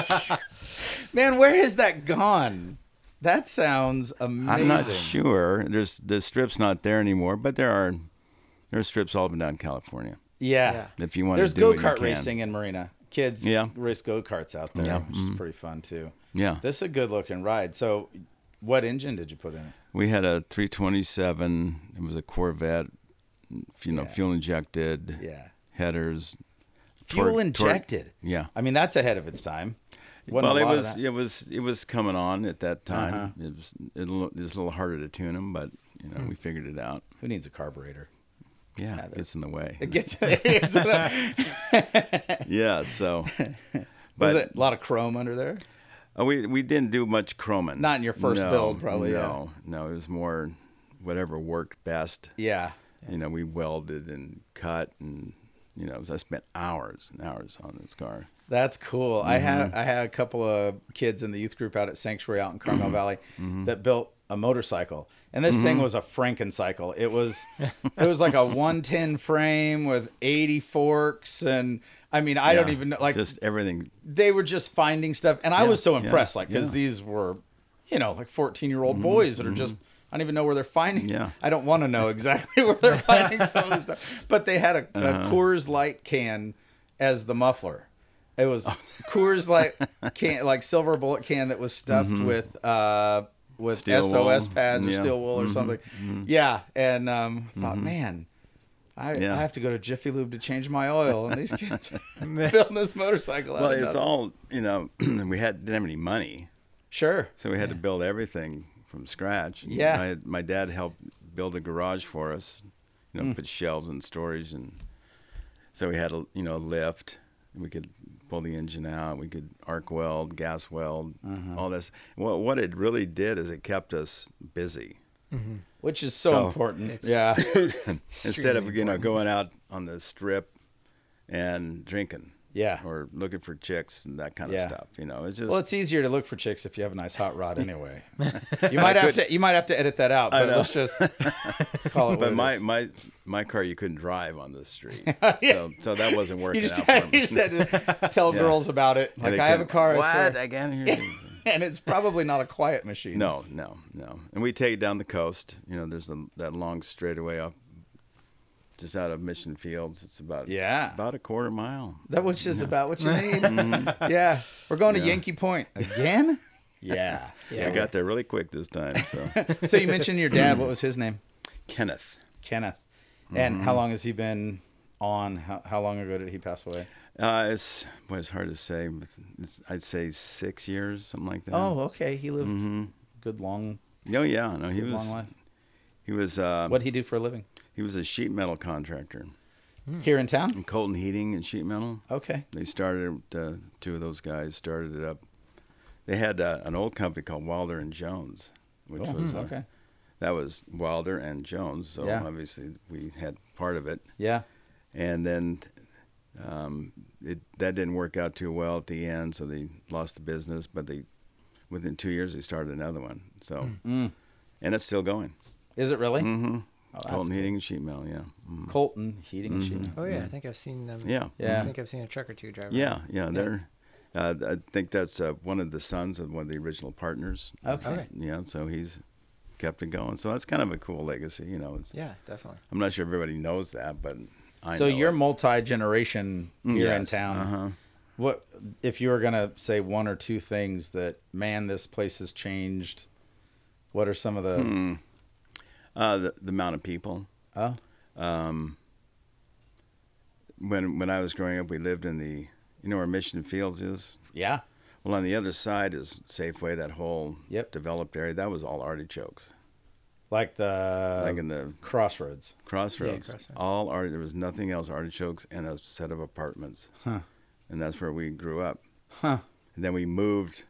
Man, where has that gone? That sounds amazing. I'm not sure. There's the strip's not there anymore, but there are there's strips all up and down California. Yeah. If you want There's to do go it, you kart can. racing in Marina. Kids Yeah. race go karts out there, Yeah. Mm-hmm. which is pretty fun too. Yeah. This is a good looking ride. So, what engine did you put in it? We had a 327. It was a Corvette, you know, fuel injected. Yeah. Headers. Fuel torque- torque- injected. yeah. I mean, that's ahead of its time. Wasn't well, a it lot of was that. Uh-huh. it was it was coming on at that time. It was it, lo- it was a little harder to tune them, but you Hmm. know we figured it out. Who needs a carburetor? Yeah, it gets in the way. It gets. it's a, yeah, so. was But it a lot of chrome under there. uh, we we didn't do much chroming. Not in your first No, build, probably, yeah. No, no, it was more whatever worked best. Yeah. you know, we welded and cut and you know, I spent hours and hours on this car. That's cool. I Mm-hmm. had I had a couple of kids in the youth group out at Sanctuary out in Carmel Valley that built a motorcycle, and this thing was a Frankencycle. It was it was like a one ten frame with eighty forks, and I mean I don't Yeah, even know like just everything. they were just finding stuff, and I was so yeah, impressed like because yeah. Mm-hmm, these were you know like fourteen year old boys that are just. I don't even know where they're finding. Yeah. I don't want to know exactly where they're finding some of this stuff. But they had a, a Uh-huh. Coors Light can as the muffler. It was Coors Light can, like silver bullet can that was stuffed with uh, with Mm-hmm. Steel SOS wool. pads or Yeah. Mm-hmm, steel wool or something. Yeah, and um, I thought, man, I, Yeah. I have to go to Jiffy Lube to change my oil, and these kids are building this motorcycle. out Well, of it's nothing. all you know. we had didn't have any money, sure. so we had to build everything from scratch. And Yeah. my, my dad helped build a garage for us. You Hmm. know, put shelves and storage, and so we had a you know a lift. We could pull the engine out. We could arc weld, gas weld, Mm-hmm. all this. Well, what it really did is it kept us busy. Which is so, So- important. It's- Yeah, instead of you know going out on the strip and drinking Yeah. or looking for chicks and that kind Yeah. of stuff you know it's just Well, it's easier to look for chicks if you have a nice hot rod anyway. You might have to you might have to edit that out, but know. let's just call it. what but it my, is. my my car you couldn't drive on the street so, so that wasn't working you just, out for me you just had to tell Yeah. girls about it. And Like they I have a couldn't- car, I what swear." I can't hear you. and it's probably not a quiet machine. no no no and we take it down the coast you know there's the, that long straightaway up just out of mission fields it's about Yeah. about a quarter mile that which is about what you need. yeah, we're going to Yeah. Yankee Point again. yeah. yeah, i got there really quick this time so So you mentioned your dad. What was his name? kenneth Kenneth. And how long has he been on? How, how long ago did he pass away? Uh, it's well, it's hard to say. But it's, I'd say six years, something like that. Oh, okay. He lived good long, oh yeah, no, he good was long life. he was uh, What would he do for a living? he was a sheet metal contractor. here in town. Colton Heating and Sheet Metal. Okay. They started uh, two of those guys started it up. They had uh, an old company called Wilder and Jones, which Cool. was Hmm, uh, okay. That was Wilder and Jones, so Yeah. obviously we had part of it. Yeah. And then um, it that didn't work out too well at the end, so they lost the business. But they within two years they started another one. So Hmm. Mm. and it's still going. Is it really? Mm-hmm. Colton Heating and Sheet Metal, yeah, Mm. Colton Heating and Sheet. Oh yeah, I think I've seen them. Mm-hmm. yeah, Yeah. I think I've seen a truck or two driver. yeah, yeah. They're uh, I think that's uh, one of the sons of one of the original partners. Okay. Okay. Yeah, so he's kept it going. So that's kind of a cool legacy, you know. It's, Yeah, definitely. I'm not sure everybody knows that, but I So know you're it. multi generation. You're in Yes. town. Uh-huh. What if you were gonna say one or two things that man, this place has changed? What are some of the? Hmm. Uh, the, the amount of people. Um, Oh, When when I was growing up, we lived in the you know where Mission Fields is. yeah. Well, on the other side is Safeway. That whole Yep. developed area that was all artichokes, Like the like in the crossroads. crossroads. Crossroads. All art. There was nothing else. Artichokes and a set of apartments. And that's where we grew up. Huh. And then we moved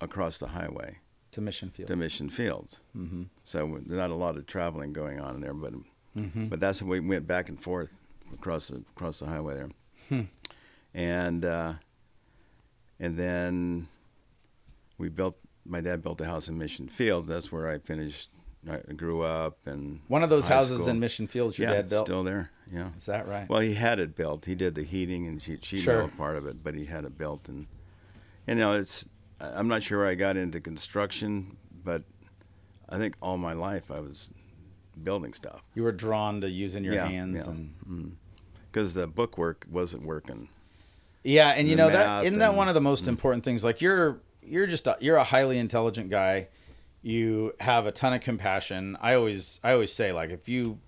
across the highway. To Mission Field. to Mission Fields. Mm-hmm. So there's not a lot of traveling going on there, but Mm-hmm. but that's when we went back and forth across the across the highway there, Hmm. and uh, and then we built. My dad built a house in Mission Fields. That's where I finished. I grew up and One of those high houses school. in Mission Fields your yeah, dad built. still there. Yeah, Is that right? well, he had it built. He did the heating and sheet sheet Sure. metal part of it, but he had it built, and you know, it's. I- I'm not sure where I got into construction, but I think all my life I was building stuff you were drawn to using your Yeah, hands yeah. and because the book work wasn't working. Yeah, and you the know that math isn't that and- mm. one of the most important things. Like you're you're just a, you're a highly intelligent guy. You have a ton of compassion. I always I always say like if you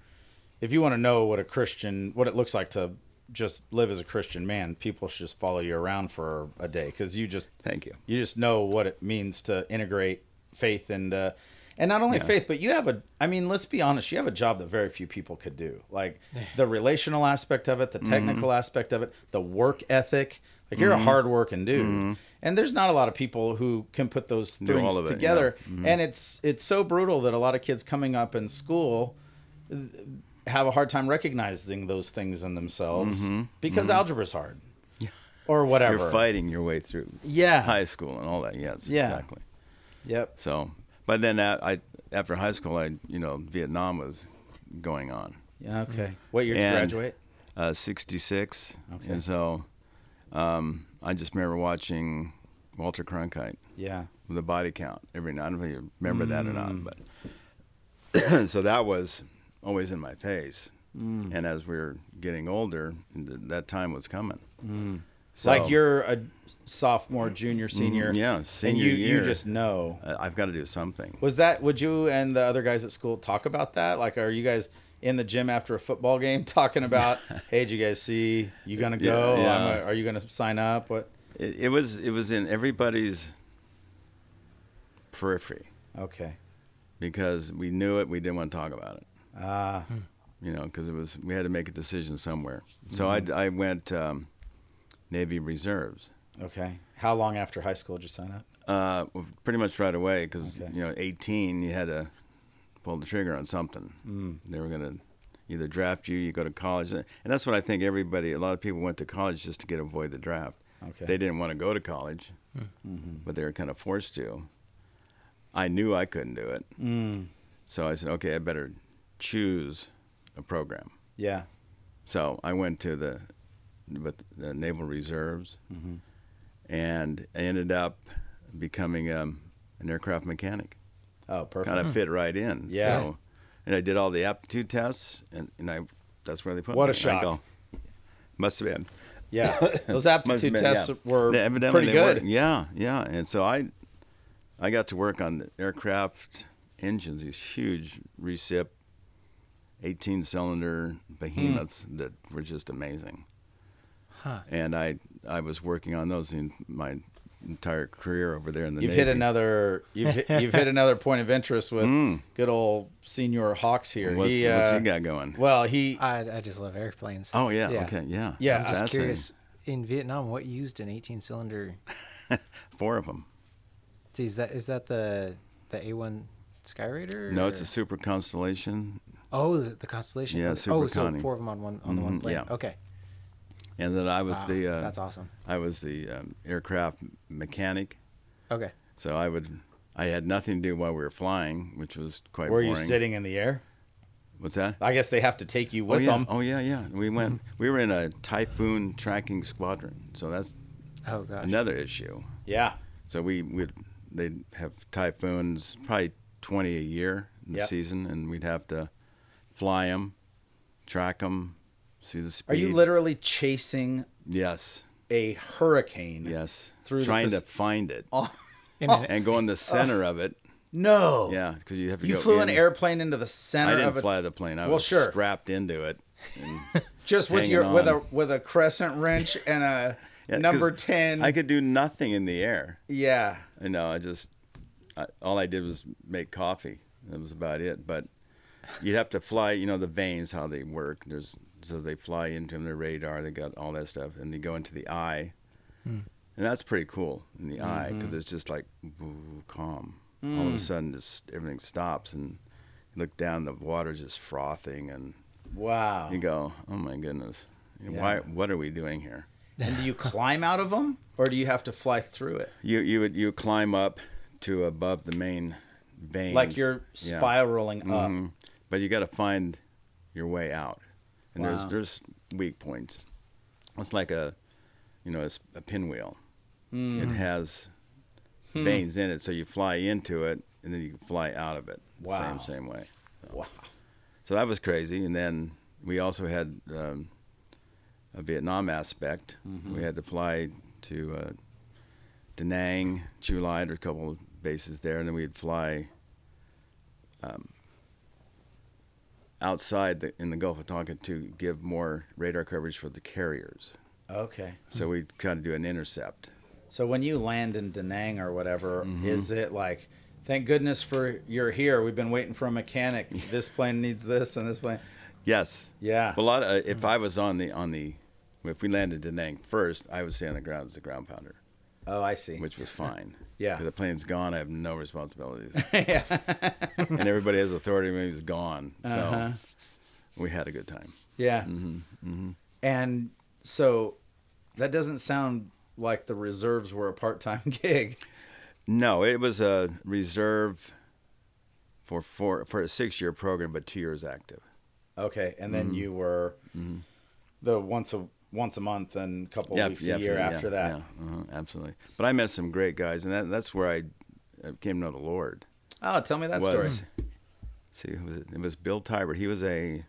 if you want to know what a Christian what it looks like to just live as a Christian man, people should just follow you around for a day because you just Thank you. you just know what it means to integrate faith and uh, and not only faith but you have a i mean let's be honest you have a job that very few people could do like the relational aspect of it the technical Mm-hmm. aspect of it the work ethic like you're a hard working dude and there's not a lot of people who can put those things Mm-hmm. all of it, yeah. Mm-hmm. together and it's it's so brutal that a lot of kids coming up in school have a hard time recognizing those things in themselves because algebra's hard or whatever Mm-hmm. You're fighting your way through Yeah. high school and all that. Yes, Yeah. exactly. yep So, but then uh, I after high school, I you know Vietnam was going on. Yeah, okay. What year did you Mm-hmm. And- graduate? uh, 66. And so um, I just remember watching Walter Cronkite Yeah. with a body count every night. I don't know if you remember that or Mm. not, but so that was always in my face. Mm. And as we were getting older, th- that time was coming. So, like you're a sophomore, junior, senior. Mm, yeah, senior and you, year. You just know. I- I've got to do something. Was that? Would you and the other guys at school talk about that? Like, are you guys in the gym after a football game talking about, hey, did you guys see? You gonna Yeah, go? yeah. I'm a- are you gonna sign up? What? It, it was it was in everybody's periphery Okay. because we knew it. We didn't want to talk about it. Ah, you know, because it was we had to make a decision somewhere. So I, I went um, Navy Reserves okay. How long after high school did you sign up? uh, pretty much right away because Okay. you know 18 you had to pull the trigger on something. Mm. They were gonna either draft you, you go to college, and that's what I think everybody. A lot of people went to college just to get avoid the draft. Okay. Hmm. They didn't want to go to college, but they were kind of forced to. I knew I couldn't do it, Mm. so I said, okay, I better choose a program. Yeah. So I went to the with the Naval Reserves, Mm-hmm. and I ended up becoming um, an aircraft mechanic. Oh, perfect. Kind of fit right in. Yeah. So, and I did all the aptitude tests, and, and I that's where they put What me. a shock. I go, Must have been. Yeah. Those Must aptitude have been, tests yeah. were Yeah, evidently pretty they were. good. Yeah, yeah. And so I, I got to work on the aircraft engines, these huge recip, eighteen-cylinder behemoths Hmm. that were just amazing. And I, I was working on those in my entire career over there in the You've hit Navy. another. You've hit, you've hit another point of interest with good old senior Hawks here. Hmm. What's- he, what's uh, he got going? Well, he. I, I just love airplanes. Oh yeah, okay, yeah, Yeah, I'm I'm I'm just fascinated. curious. In Vietnam, what used an 18 cylinder? Four of them. Is that is that the the A1 Skyraider? No, it's or- a super constellation, oh the, the Constellation. Yeah, Okay. Super oh, so Connie. four of them on one on the one Mhm, plane. yeah. Okay, and then I was Wow, the. Uh, that's awesome. I was the um, aircraft mechanic, okay. so I would. I had nothing to do while we were flying, which was quite. were you boring. sitting in the air? What's that? I guess they have to take you oh, with yeah. them. Mm-hmm. Oh yeah, yeah. We went. We were in a typhoon tracking squadron, so that's Oh gosh. another issue. Yeah. So we would they'd have typhoons, probably twenty a year in the Yep. season, and we'd have to fly them, track them, see the speed. Are you literally chasing Yes, a hurricane? yes. Through the Oh. trying to Pac- find it In an- and go in the center of it. No. Yeah, because you have to You go flew an in. airplane into the I center didn't of a fly the plane. I Well, was sure. strapped into it. and- just with hanging your with on. a with a crescent wrench and a Yeah, 'cause number ten. I could do nothing in the air. yeah. You know, I just I, all I did was make coffee. That was about it. But you'd have to fly. You know the veins, how they work. There's so they fly into them. Their radar. They got all that stuff, and they go into the eye, and that's pretty cool in the eye because it's just like boo, calm. All of a sudden, just everything stops, and you look down. The water's just frothing, and Wow. you go, "Oh my goodness, why? What are we doing here?" And do you climb out of them, or do you have to fly through it? You you would you climb up to above the main veins, Like you're Yeah. spiraling up. Mhm. But you got to find your way out, and there's Wow. there's weak points. It's like a, you know, it's a pinwheel. It Mm. has Hmm. veins in it, so you fly into it, and then you fly out of it. Wow. Same same way. Wow. So that was crazy. And then we also had um, a Vietnam aspect. Mm-hmm. We had to fly to uh, Da Nang, Chu Lai, there were a couple of bases there, and then we'd fly um, outside the, in the Gulf of Tonkin to give more radar coverage for the carriers. Okay. So we'd kind of do an intercept. So when you land in Da Nang or whatever, Mm-hmm. is it like, thank goodness for you're here. We've been waiting for a mechanic. this plane needs this and this plane. Yes. Yeah. A lot. Of, if I was on the on the, if we landed Da Nang first, I would stay on the ground as a ground pounder. Oh, I see. which was fine. Yeah. 'Cause The plane's gone. I have no responsibilities. and everybody has authority when he's gone. So Uh-huh. we had a good time. yeah. Mm-hmm. And so that doesn't sound like the reserves were a part-time gig. No, it was a reserve for four for a six year program, but two years active. Okay, and Mm-hmm. then you were the once a once a month and a couple weeks a year yeah, after that. Yeah, uh-huh, absolutely. But I met some great guys, and that, that's where I uh, came to know the Lord. Oh, tell me that was, story. see, who was it? it was Bill Tiber. He was a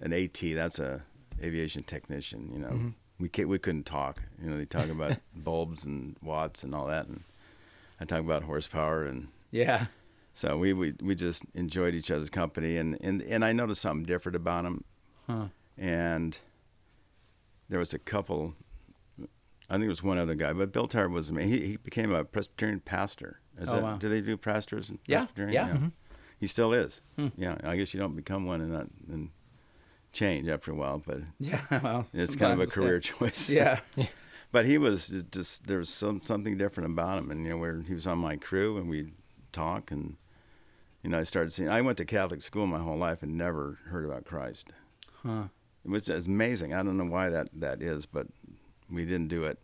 an AT. That's a aviation technician. You know, Mm-hmm. we ca we couldn't talk. You know, they talk about bulbs and watts and all that, and I talk about horsepower, and Yeah. so we we, we just enjoyed each other's company, and, and and I noticed something different about him, and there was a couple. I think it was one other guy, but Bill Tiber was me. He, he became a Presbyterian pastor. Is Oh, that- wow. Do they do pastors and Yeah, Presbyterian? yeah. Mm-hmm. Hmm. He still is. Yeah, I guess you don't become one and not and change after a while, but Yeah. Well, it's kind of a sometimes, career choice. Yeah. But he was just- just there was some something different about him, and you know, where he was on my crew and we would talk, and you know, I started seeing. I went to Catholic school my whole life and never heard about Christ. Huh. It was just amazing. I don't know why that that is, but we didn't do it.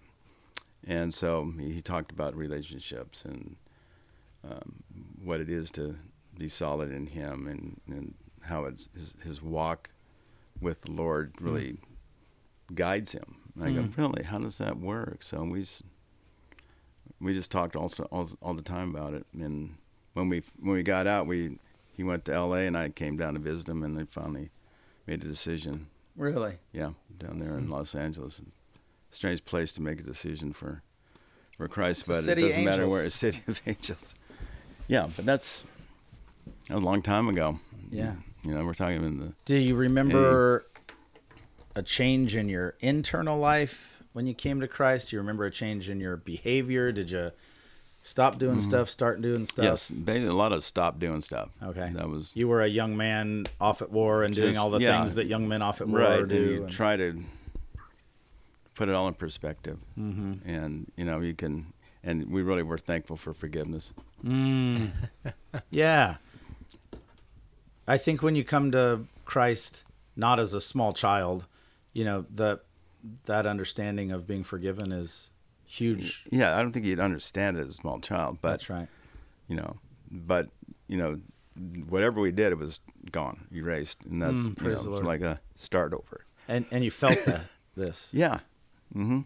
And so he he talked about relationships and um, what it is to be solid in Him, and and how it's, his his walk with the Lord really guides him. And I Hmm. go, really? How does that work? So we s- we just talked also all, all the time about it. And when we when we got out, we he went to L.A. and I came down to visit him, and they finally made a decision. Really? Hmm. Yeah, down there in Los Angeles, strange place to make a decision for for Christ, a but it city of doesn't matter angels. where. It's city of angels. Yeah, but that's that was a long time ago. Yeah. you know, we're talking in the Do you remember a change in your internal life? when you came to Christ? Do you remember a change in your behavior? Did you stop doing stuff, start doing stuff? Mm-hmm. Yes, basically a lot of stop doing stuff. Okay. that was You were a young man off at war and doing Just- all the yeah. things that young men off at war right. and do. you and- try to put it all in perspective, mm-hmm. and you know you can. And we really were thankful for forgiveness. Yeah. I think when you come to Christ not as a small child, you know, the that understanding of being forgiven is huge. Yeah, I don't think you'd understand it as a small child, but That's right. you know, but you know, whatever we did, it was gone, erased, and that's you know, Mm, praise the it's Lord. like a start over. And and you felt that this. Yeah. hmm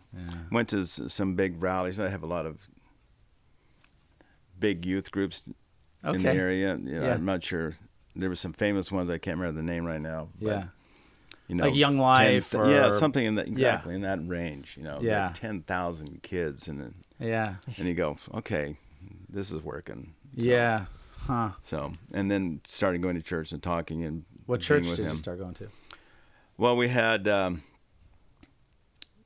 Went to s- some big rallies. I have a lot of big youth groups in the Okay. area. You know, Yeah. I'm not sure. There were some famous ones. I can't remember the name right now. But, Yeah. You know, Like Young 10 Life or- yeah, something in that exactly in that range. You know, Yeah. like ten thousand kids, and then, Yeah. and you go, okay, this is working. So- Yeah. Huh. So, and then started going to church and talking and What being church with did him. you start going to? Well, we had. Um,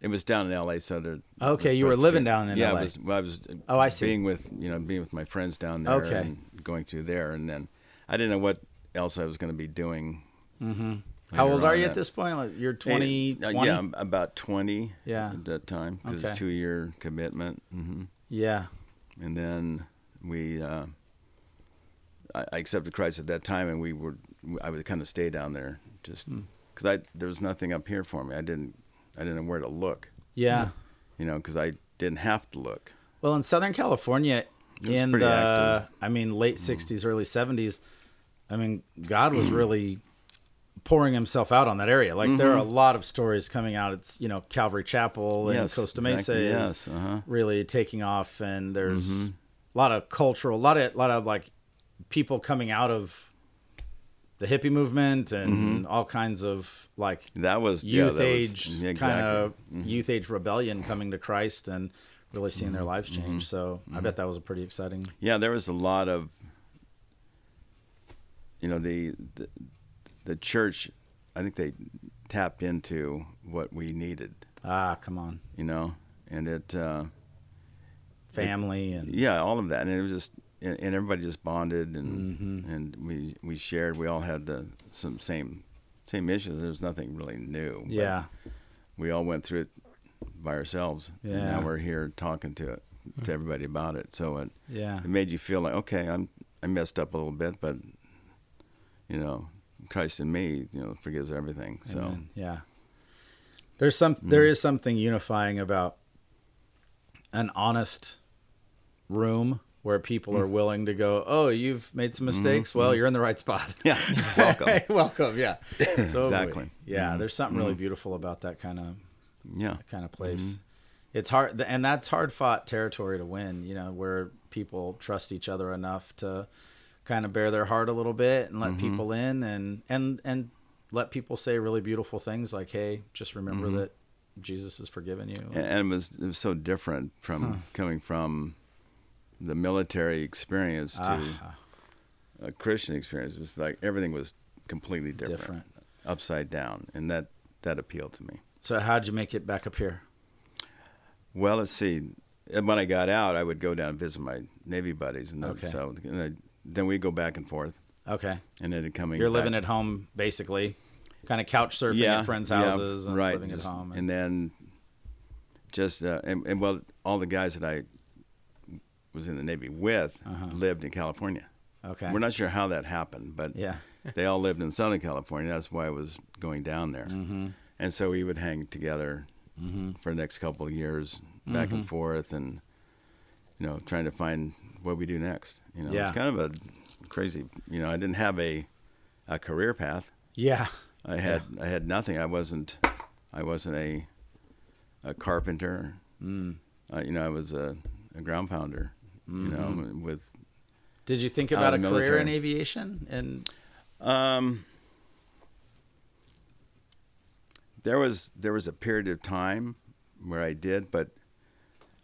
it was down in L.A., so there. Okay, you were living down in yeah, LA. I was, well, I was. Oh, I see. Being with you know being with my friends down there. Okay. And going through there, and then I didn't know what else I was going to be doing. Mm-hmm. How old are you at this point? Like you're 20, uh, yeah, 20? I'm about twenty. Yeah. At that time, because Okay. it's two year commitment. hmm Yeah. and then we uh, I, I accepted Christ at that time, and we were I would kind of stay down there just Hmm. because I there was nothing up here for me. I didn't I didn't know where to look, Yeah. you know, because I didn't have to look. Well, in Southern California, It was in pretty the active. Mm-hmm. I mean late '60s, early '70s, I mean God was really pouring Himself out on that area. Like there Mm-hmm. are a lot of stories coming out. It's you know Calvary Chapel and Yes, Costa Mesa exactly. is Yes, uh-huh. Mm-hmm. really taking off, and there's a lot of cultural, a lot of lot of like people coming out of the hippie movement and Mm-hmm. all kinds of like That was yeah, youth that was- age yeah, kind exactly. Mm-hmm. of youth age rebellion coming to Christ and really seeing their lives Mm-hmm. change. So I bet that was a pretty exciting. yeah. There was a lot of you know the the, the church. I think they tapped into what we needed, Ah, come on, you know, and it. Uh, family and yeah, all of that, and it was just and, and everybody just bonded and Mm-hmm. and we we shared. We all had the some same same issues. There was nothing really new. but yeah, we all went through it by ourselves, and Yeah. Hmm. now we're here talking to it to everybody about it. So it yeah, it made you feel like okay, I'm I messed up a little bit, but you know. Christ in me, you know, forgives everything. So Amen. yeah. There's some. Mm-hmm. There is something unifying about an honest room where people Mm. are willing to go. Oh, you've made some mistakes. Well, you're in the right spot. Mm-hmm. yeah, welcome. Hey, welcome. Yeah, totally. Exactly. Mm-hmm. Yeah, there's something really beautiful about that kind of Yeah, kind of place. Mm-hmm. It's hard, and that's hard fought territory to win. You know, where people trust each other enough to kind of bare their heart a little bit and let Mm-hmm. people in, and and and let people say really beautiful things like, "Hey, just remember Mm-hmm. that Jesus has forgiven you." and, and it was it was so different from coming from the military experience to a Christian experience. It was like everything was completely different, Different. upside down, and that that appealed to me. So, how'd you make it back up here? Well, let's see. And when I got out, I would go down and visit my Navy buddies, and then, Okay. so and I, then we'd go back and forth, Okay, and then coming. you're living back- at home basically, kind of couch surfing at friends' yeah, houses and right, living just- at home. And then just uh, and, and well, all the guys that I was in the Navy with Uh-huh. lived in California. okay, We're not sure how that happened, but Yeah. they all lived in Southern California. That's why I was going down there, Mm-hmm. and so we would hang together for the next couple of years, back Mm-hmm. and forth, and you know, trying to find what we do next. You know, Yeah. it's kind of a crazy. You know, I didn't have a a career path. yeah, I had I had nothing. I wasn't I wasn't a a carpenter. Mm. Uh, you know, I was a, a ground pounder. You Mm-hmm. know, with Did you think Out about a of the career in military. aviation? And um, there was there was a period of time where I did, but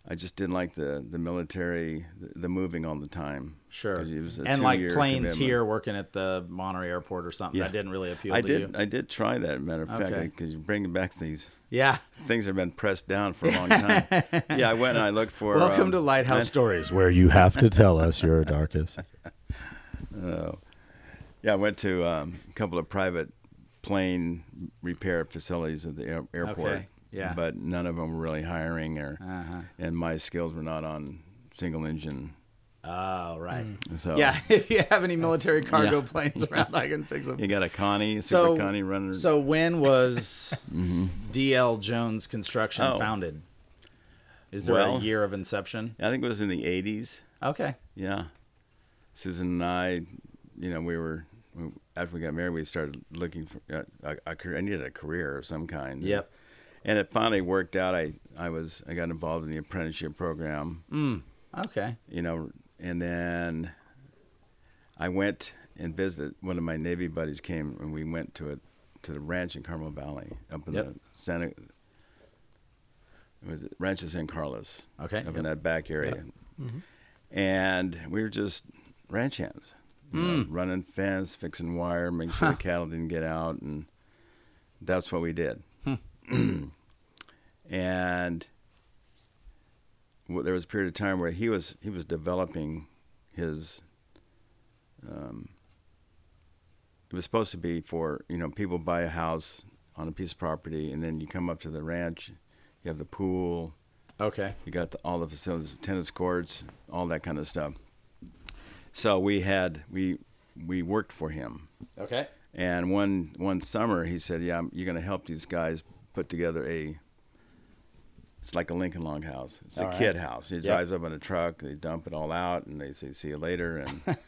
I just didn't like the the military, the, the moving all the time. Sure. 'Cause it was a and like two-year planes commitment. here working at the Monterey airport or something. Yeah. That didn't really appeal I to did. you. I did try that. Matter of fact, Okay. because you're bringing back these yeah. things that have been pressed down for a long time. yeah, I went and I looked for. Welcome um, to Lighthouse Stories, where You have to tell us your darkest. Yeah, I went to um, a couple of private plane repair facilities at the air- airport. Okay, yeah. But none of them were really hiring, or Uh-huh. and my skills were not on single engine. Oh, right. So yeah, if you have any military cargo Mm. Oh. yeah. planes around, I can fix them. you got a Connie, a Super So, Connie running. Mm-hmm. so when was DL Jones Construction Oh. founded? Is there a Well- year of inception? I think it was in the '80s. Okay. Yeah, Susan and I, you know, we were we- after we got married, we started looking for uh, a, a career. I needed a career of some kind. Yep. And it finally worked out. I I was I got involved in the apprenticeship program. Mm. Okay. you know, and then I went and visited one of my Navy buddies came and we went to a to the ranch in Carmel Valley up in Yep. the Santa it was Rancho San Carlos. Okay, Up yep. in that back area. And we were just ranch hands. you Mm. know, running fence, fixing wire, making sure the cattle didn't get out and that's what we did. Hmm. and w- there was a period of time where he was he was developing his. Um, it was supposed to be for you know people buy a house on a piece of property and then you come up to the ranch, you have the pool, Okay. you got the, all the facilities, tennis courts, all that kind of stuff. So we had we we worked for him. Okay. And one one summer, he said, "Yeah, I'm- you're going to help these guys put together a. It's like a Lincoln Log house. It's a right. kid house. He drives up in a truck. They dump it all out, and they say, "See you later." And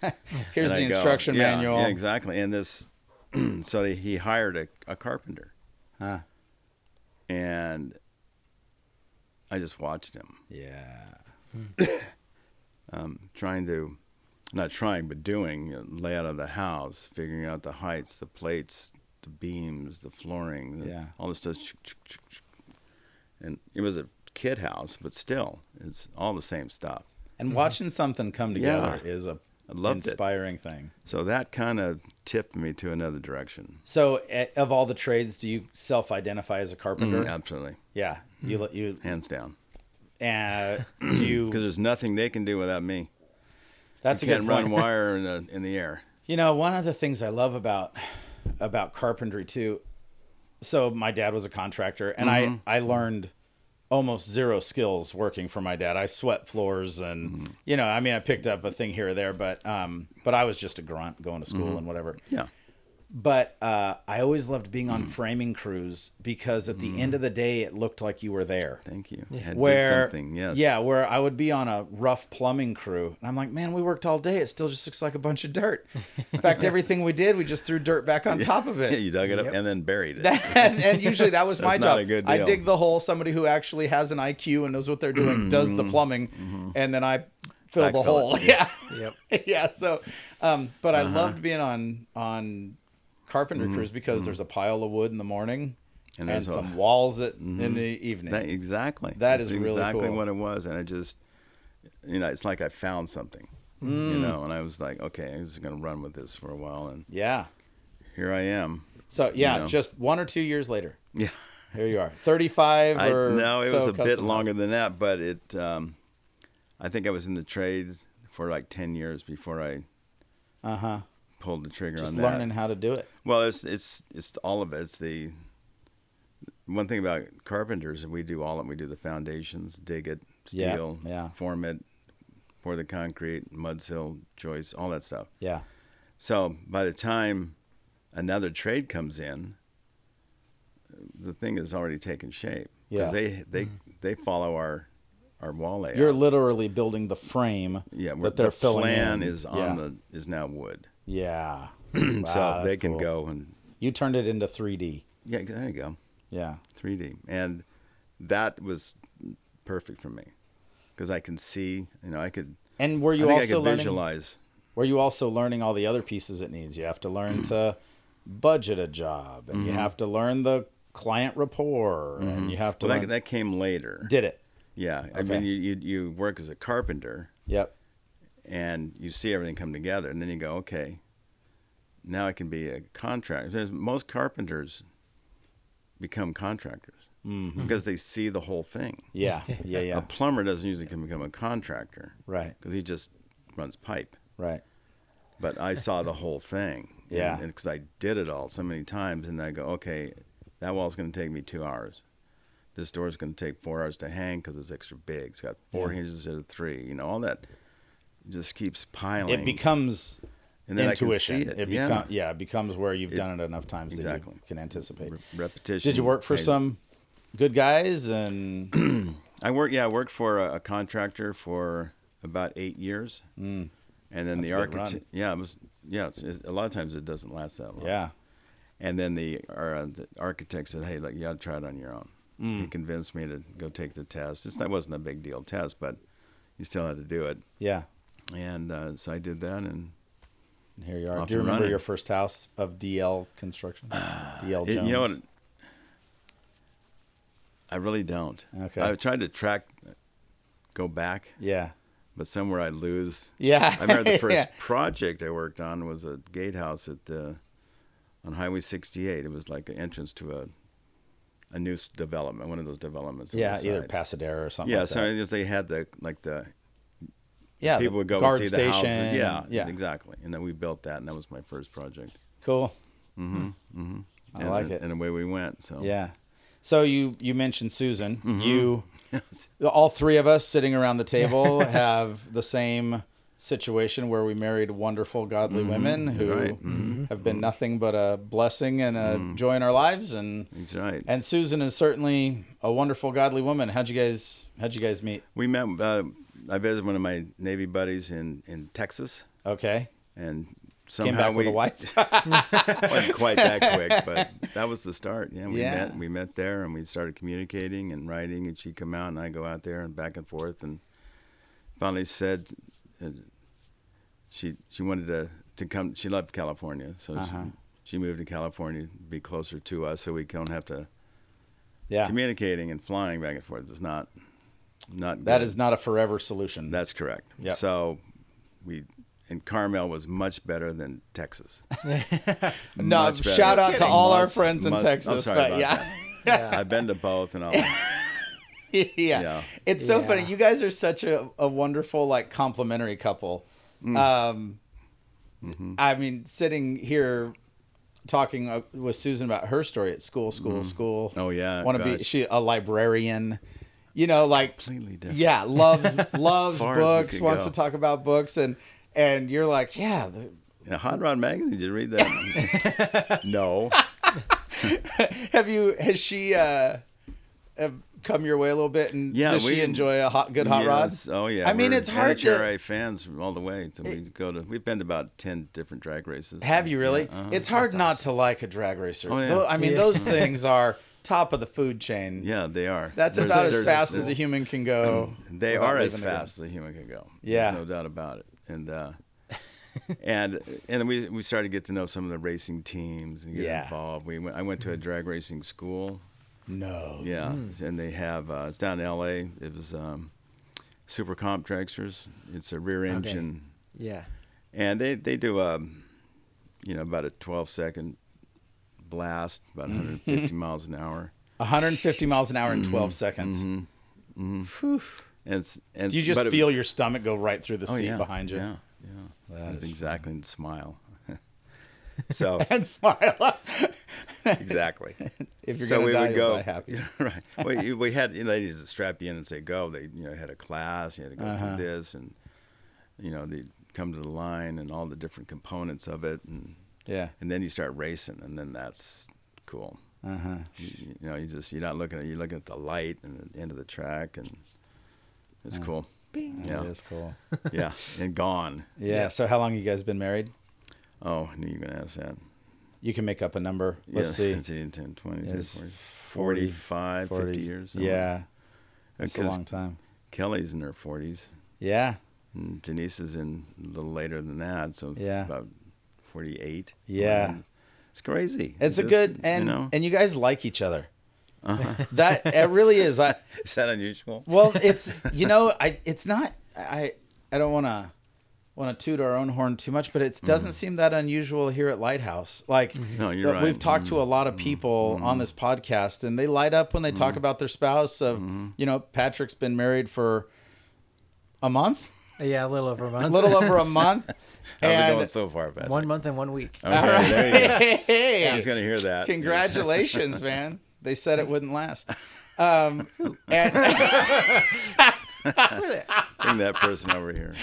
Here's and the I go, instruction "Yeah, manual. Yeah, exactly. And this, so they, he hired a, a carpenter, Huh. and I just watched him Yeah. trying to, not trying, but doing you know, layout of the house, figuring out the heights, the plates, the beams, the flooring, the- Yeah. all this stuff. And it was a kid house, but still, it's all the same stuff. And watching something come together Yeah. is a I loved it. inspiring thing. So that kind of tipped me to another direction. So, eh, of all the trades, do you self-identify as a carpenter? Mm, Absolutely, Yeah. You let you hands down. uh, you Because there's nothing they can do without me. That's a you can't good run one. wire in the in the air. You know, one of the things I love about about carpentry too. So my dad was a contractor, and I I learned almost zero skills working for my dad. I swept floors, and you know, I mean, I picked up a thing here or there, but um, but I was just a grunt going to school and whatever. Yeah. But uh, I always loved being on framing crews because at the end of the day, it looked like you were there Thank you. Yeah. where something. Yes. yeah where i would be on a rough plumbing crew and i'm like man we worked all day it still just looks like a bunch of dirt in fact everything we did we just threw dirt back on top of Yeah, it you dug it up and then buried it. and, and usually that was my not job a good i deal. dig the hole somebody who actually has an iq and knows what they're doing does the plumbing and then i fill the Mm-hmm. Backfill hole yeah Yep. yeah so um, but i Uh-huh. loved being on on carpentry crews because there's a pile of wood in the morning and, Mm-hmm. And there's a- Mm-hmm. some walls at, in the evening That, exactly. That That's is really exactly cool. what it was, and I just, you know, it's like I found something, Mm. you know, and I was like, okay, I'm just gonna run with this for a while, and yeah here I am. So yeah, You know? just one or two years later, Yeah. here you are, thirty-five I, or no, it was so a bit customized. longer than that, but it. Um, I think I was in the trade for like ten years before I Uh huh. pulled the trigger Just on that. learning how to do it. Well, it's it's it's all of it. It's the one thing about carpenters is we do all of it. We do the foundations, dig it, Yeah, steel, yeah. form it, pour the concrete, mud sill, joists, all that stuff. Yeah. So by the time another trade comes in, the thing is already taken shape. 'Cause Yeah. they they they follow our our wall layout. You're literally building the frame yeah, we're- that they're the filling plan in. is on yeah. the is now wood, Yeah. so they can cool. go and You turned it into 3D. yeah, there you go. Yeah. 3D, and that was perfect for me because I can see. You know, I could. And were you I think I also could learning? visualize. Were you also learning all the other pieces it needs? You have to learn to budget a job, Mm-hmm. and you have to learn the client rapport, and you have to. Well, that, learn- that came later. did it? Yeah, I Okay. mean, you, you you work as a carpenter, Yep. and you see everything come together, and then you go, okay, now I can be a contractor. There's, most carpenters become contractors because they see the whole thing. Yeah. Mm-hmm. Yeah. Yeah. A plumber doesn't usually can become a contractor, Right. Because he just runs pipe. Right. But I saw the whole thing, Yeah. because I did it all so many times, and I go, okay, that wall's going to take me two hours. This door's going to take four hours to hang because it's extra big. It's got four hinges instead of three. You know, all that just keeps piling. It becomes And then I can intuition. see it, It yeah. become- yeah, it becomes where you've done it enough times that exactly. you can anticipate. Re- repetition. Did you work for pays- some good guys and I worked. Yeah, I worked for a, a contractor for about eight years, mm. and then That's the a good architect. run. Yeah, it was. Yeah, it's, it's, a lot of times it doesn't last that long. yeah. And then the, or, uh, the architect said, "Hey, look, you ought to try it on your own." Mm. He convinced me to go take the test. It's, that wasn't a big deal test, but you still had to do it. Yeah. And uh, so I did that, and And here you are. Off Do you and remember running. Uh, your first house of DL construction? DL Jones. it, you know what? I really don't. Okay. I tried to track, go back, Yeah. but somewhere I lose. Yeah. I remember the first Yeah. project I worked on was a gatehouse at uh, on Highway 68. It was like an entrance to a a new s- development, one of those developments. on Yeah, the either side. Pasadena or something. yeah. like so that. I guess they had the like the yeah, the people would go guard and see station. the houses. Yeah, yeah, exactly. And then we built that, and that was my first project. Cool. Mm-hmm. I And- like it. And away we went. So Yeah. So you you mentioned Susan. Mm-hmm. You all three of us sitting around the table have the same situation where we married wonderful godly women who Mm-hmm. right. Mm-hmm. have been nothing but a blessing and a joy in our lives and That's right. and Susan is certainly a wonderful godly woman. How'd you guys how'd you guys meet? we met. Uh, I visited one of my Navy buddies in in Texas, Okay. and somehow Came back we with a wife. wasn't quite that quick, but that was the start. Yeah, we Yeah. met we met there and we started communicating and writing, and she'd come out and I go out there and back and forth, and finally said uh, she she wanted to to come. She loved California, so Uh-huh. she, she moved to California to be closer to us, so we don't have to yeah. communicating and flying back and forth. It's not not That good. is not a forever solution. That's correct. Yep. So we and Carmel was much better than Texas. no, Much better. shout out to Kidding. all our Must- friends in must- I'm Texas, sorry but about yeah. that. I've been to both and all. yeah. Yeah. It's so Yeah. funny. You guys are such a, a wonderful, like, complimentary couple. Mm. Um, Mm-hmm. I mean, sitting here talking uh, with Susan about her story at school, school, school. Oh, yeah, Want to be, gosh. she, a librarian, you know, like, Completely different. yeah, loves, loves Far as we books, could wants go. to talk about books. And, and you're like, yeah, the, Yeah, Hot Rod magazine. Did you read that? no. have you, has she, uh, have come your way a little bit and Yeah, does we- she enjoy a hot good hot rod Yes. Oh yeah. i mean We're it's hard to NHRA fans all the way. So we go to. We've been to about ten different drag races. Have you really? Yeah, uh-huh. It's hard not to like a drag racer. Oh, yeah. Tho- I mean, Yeah. those things are top of the food chain. Yeah, they are. That's There's- about as there's- fast as a human can go. They without are as leaving the fast as a human can go. Yeah. There's no doubt about it. And uh, and and we we started to get to know some of the racing teams and get Yeah. involved. We went, I went to a drag racing school. No. Yeah, Mm. and they have uh, it's down in L.A. It was um, Super Comp Dragsters. It's a rear engine, Yeah. and they they do um, you know about a 12 second blast, about 150 miles an hour. 150 miles an hour in 12 Mm-hmm. seconds. And it's, and Do you it's- just but it- feel your stomach go right through the oh, seat yeah, behind you Yeah, yeah. That's is- exactly and smile. so and smile? exactly. if you're so going to we die, would you'll go die happy. right. Well, you- we had you know, they used to strap you in and say go. They you know had a class. You had to go Uh-huh. through this and you know they would come to the line and all the different components of it and Yeah. and then you start racing and then that's cool. Uh huh. You, you know you just you're not looking at you're looking at the light and the end of the track and it's cool. Yeah. That Uh, is cool. yeah. And gone. Yeah. So how long you guys been married? Oh, I knew you were gonna ask that. You can make up a number. Let's yeah, see. 10, 10, 20, It's 40, 40, 45, 50 40s. years. somewhere. Yeah. That's a Because long time. Kelly's in her 40s. Yeah. And Denise is in a little later than that, so Yeah. about 48. Yeah. And it's crazy. It's a just, good and you know, Uh-huh. and you guys like each other. That it really is. I, Is that unusual? well, it's you know, I it's not. I I don't want to want to toot our own horn too much, but it Mm-hmm. doesn't seem that unusual here at Lighthouse. Like, No, you're that We've right. Mm-hmm. talked to a lot of people on this podcast, and they light up when they Mm-hmm. talk about their spouse. Of you know, Patrick's been married for a month, Yeah, a little over a a month. little over a month, How's it and going so far, Patrick? one month and one week. Okay, there you go. hey, He's gonna hear that. Congratulations, man. They said it wouldn't last. Um, and, Bring that person over here.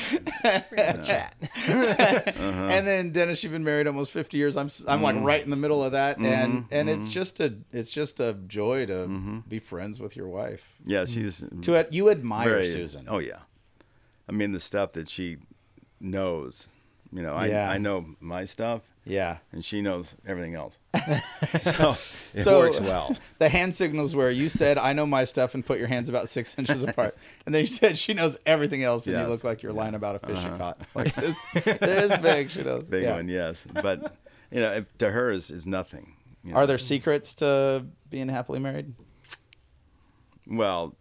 Uh-huh. and then Dennis, you've been married almost 50 years. I'm, s- I'm like Mm-hmm. right in the middle of that. And, and it's just a, it's just a joy to Mm-hmm. be friends with your wife. Yeah, she's To it, you admire Susan. Oh yeah, I mean the stuff that she knows. You know, I Yeah. I know my stuff, yeah. and she knows everything else. so it So- works well. The hand signals where you said, I know my stuff and put your hands about six inches apart. And then you said, she knows everything else. And Yes. you look like you're lying about a fish Uh-huh. you caught. Like this, this big, she knows. Big Yeah. one, yes. But you know, it, to her is is nothing. you Are know. there secrets to being happily married? well,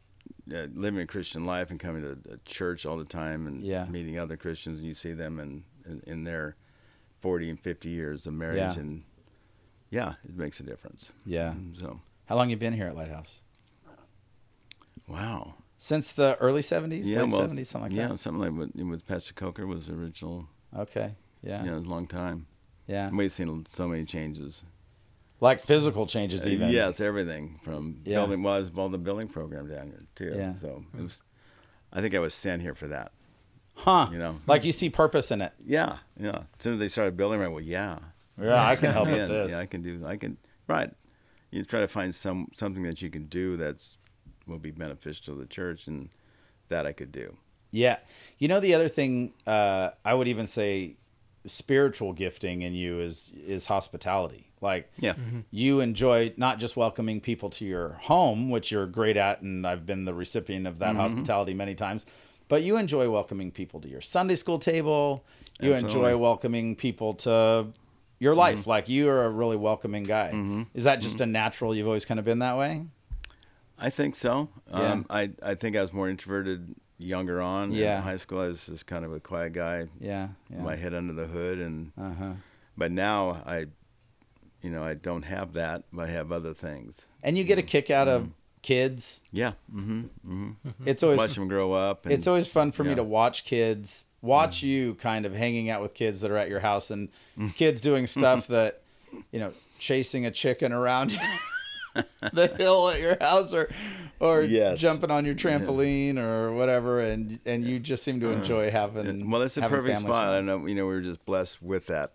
uh, living a Christian life and coming to a church all the time and Yeah. meeting other Christians, and you see them in, in in their forty and fifty years of marriage, Yeah. and yeah, it makes a difference. Mm, Yeah. So How long you been here at Lighthouse? wow. Since the early 70s, yeah, late well, 70s, something like yeah, that. something like with, with Pastor Coker was the original. Okay. Yeah. Yeah, Yeah. it was a long time. And We've seen so many changes. Like physical changes, Uh, even. yes, everything from Yeah. building. Well, I was involved in the building program down here too. Yeah. So it was, I think I was sent here for that. Huh. You know. Like you see purpose in it. Yeah, yeah. As soon as they started building, right? Well, yeah. Yeah, I can help yeah, yeah, I can do. I can. Right. You try to find some something that you can do that's will be beneficial to the church, and that I could do. Yeah. You know the other thing uh, I would even say spiritual gifting in you is is hospitality. Like Yeah. Mhm. you enjoy not just welcoming people to your home, which you're great at and I've been the recipient of Mm-hmm. that hospitality many times, but you enjoy welcoming people to your Sunday school table. You Absolutely. Mm-hmm. enjoy welcoming people to your life. Like you are a really welcoming guy. Is that just a natural you've always kind of been that way? I think so. Yeah. Um, I I think I was more introverted younger on. Yeah. In high school, I was just kind of a quiet guy. Yeah. yeah. My head under the hood, and Uh-huh. but now I, you know, I don't have that. But I have other things. And you get Mm-hmm. a kick out of kids. Yeah. Mm-hmm. It's always Watch them grow up. And it's always fun for me yeah. Mm-hmm. to watch kids watch you kind of hanging out with kids that are at your house and kids doing stuff that you know chasing a chicken around the hill at your house or or Yes. jumping on your trampoline or whatever and and you just seem to enjoy having well, that's a having perfect family spot. I time. know. You know, we were just blessed with that.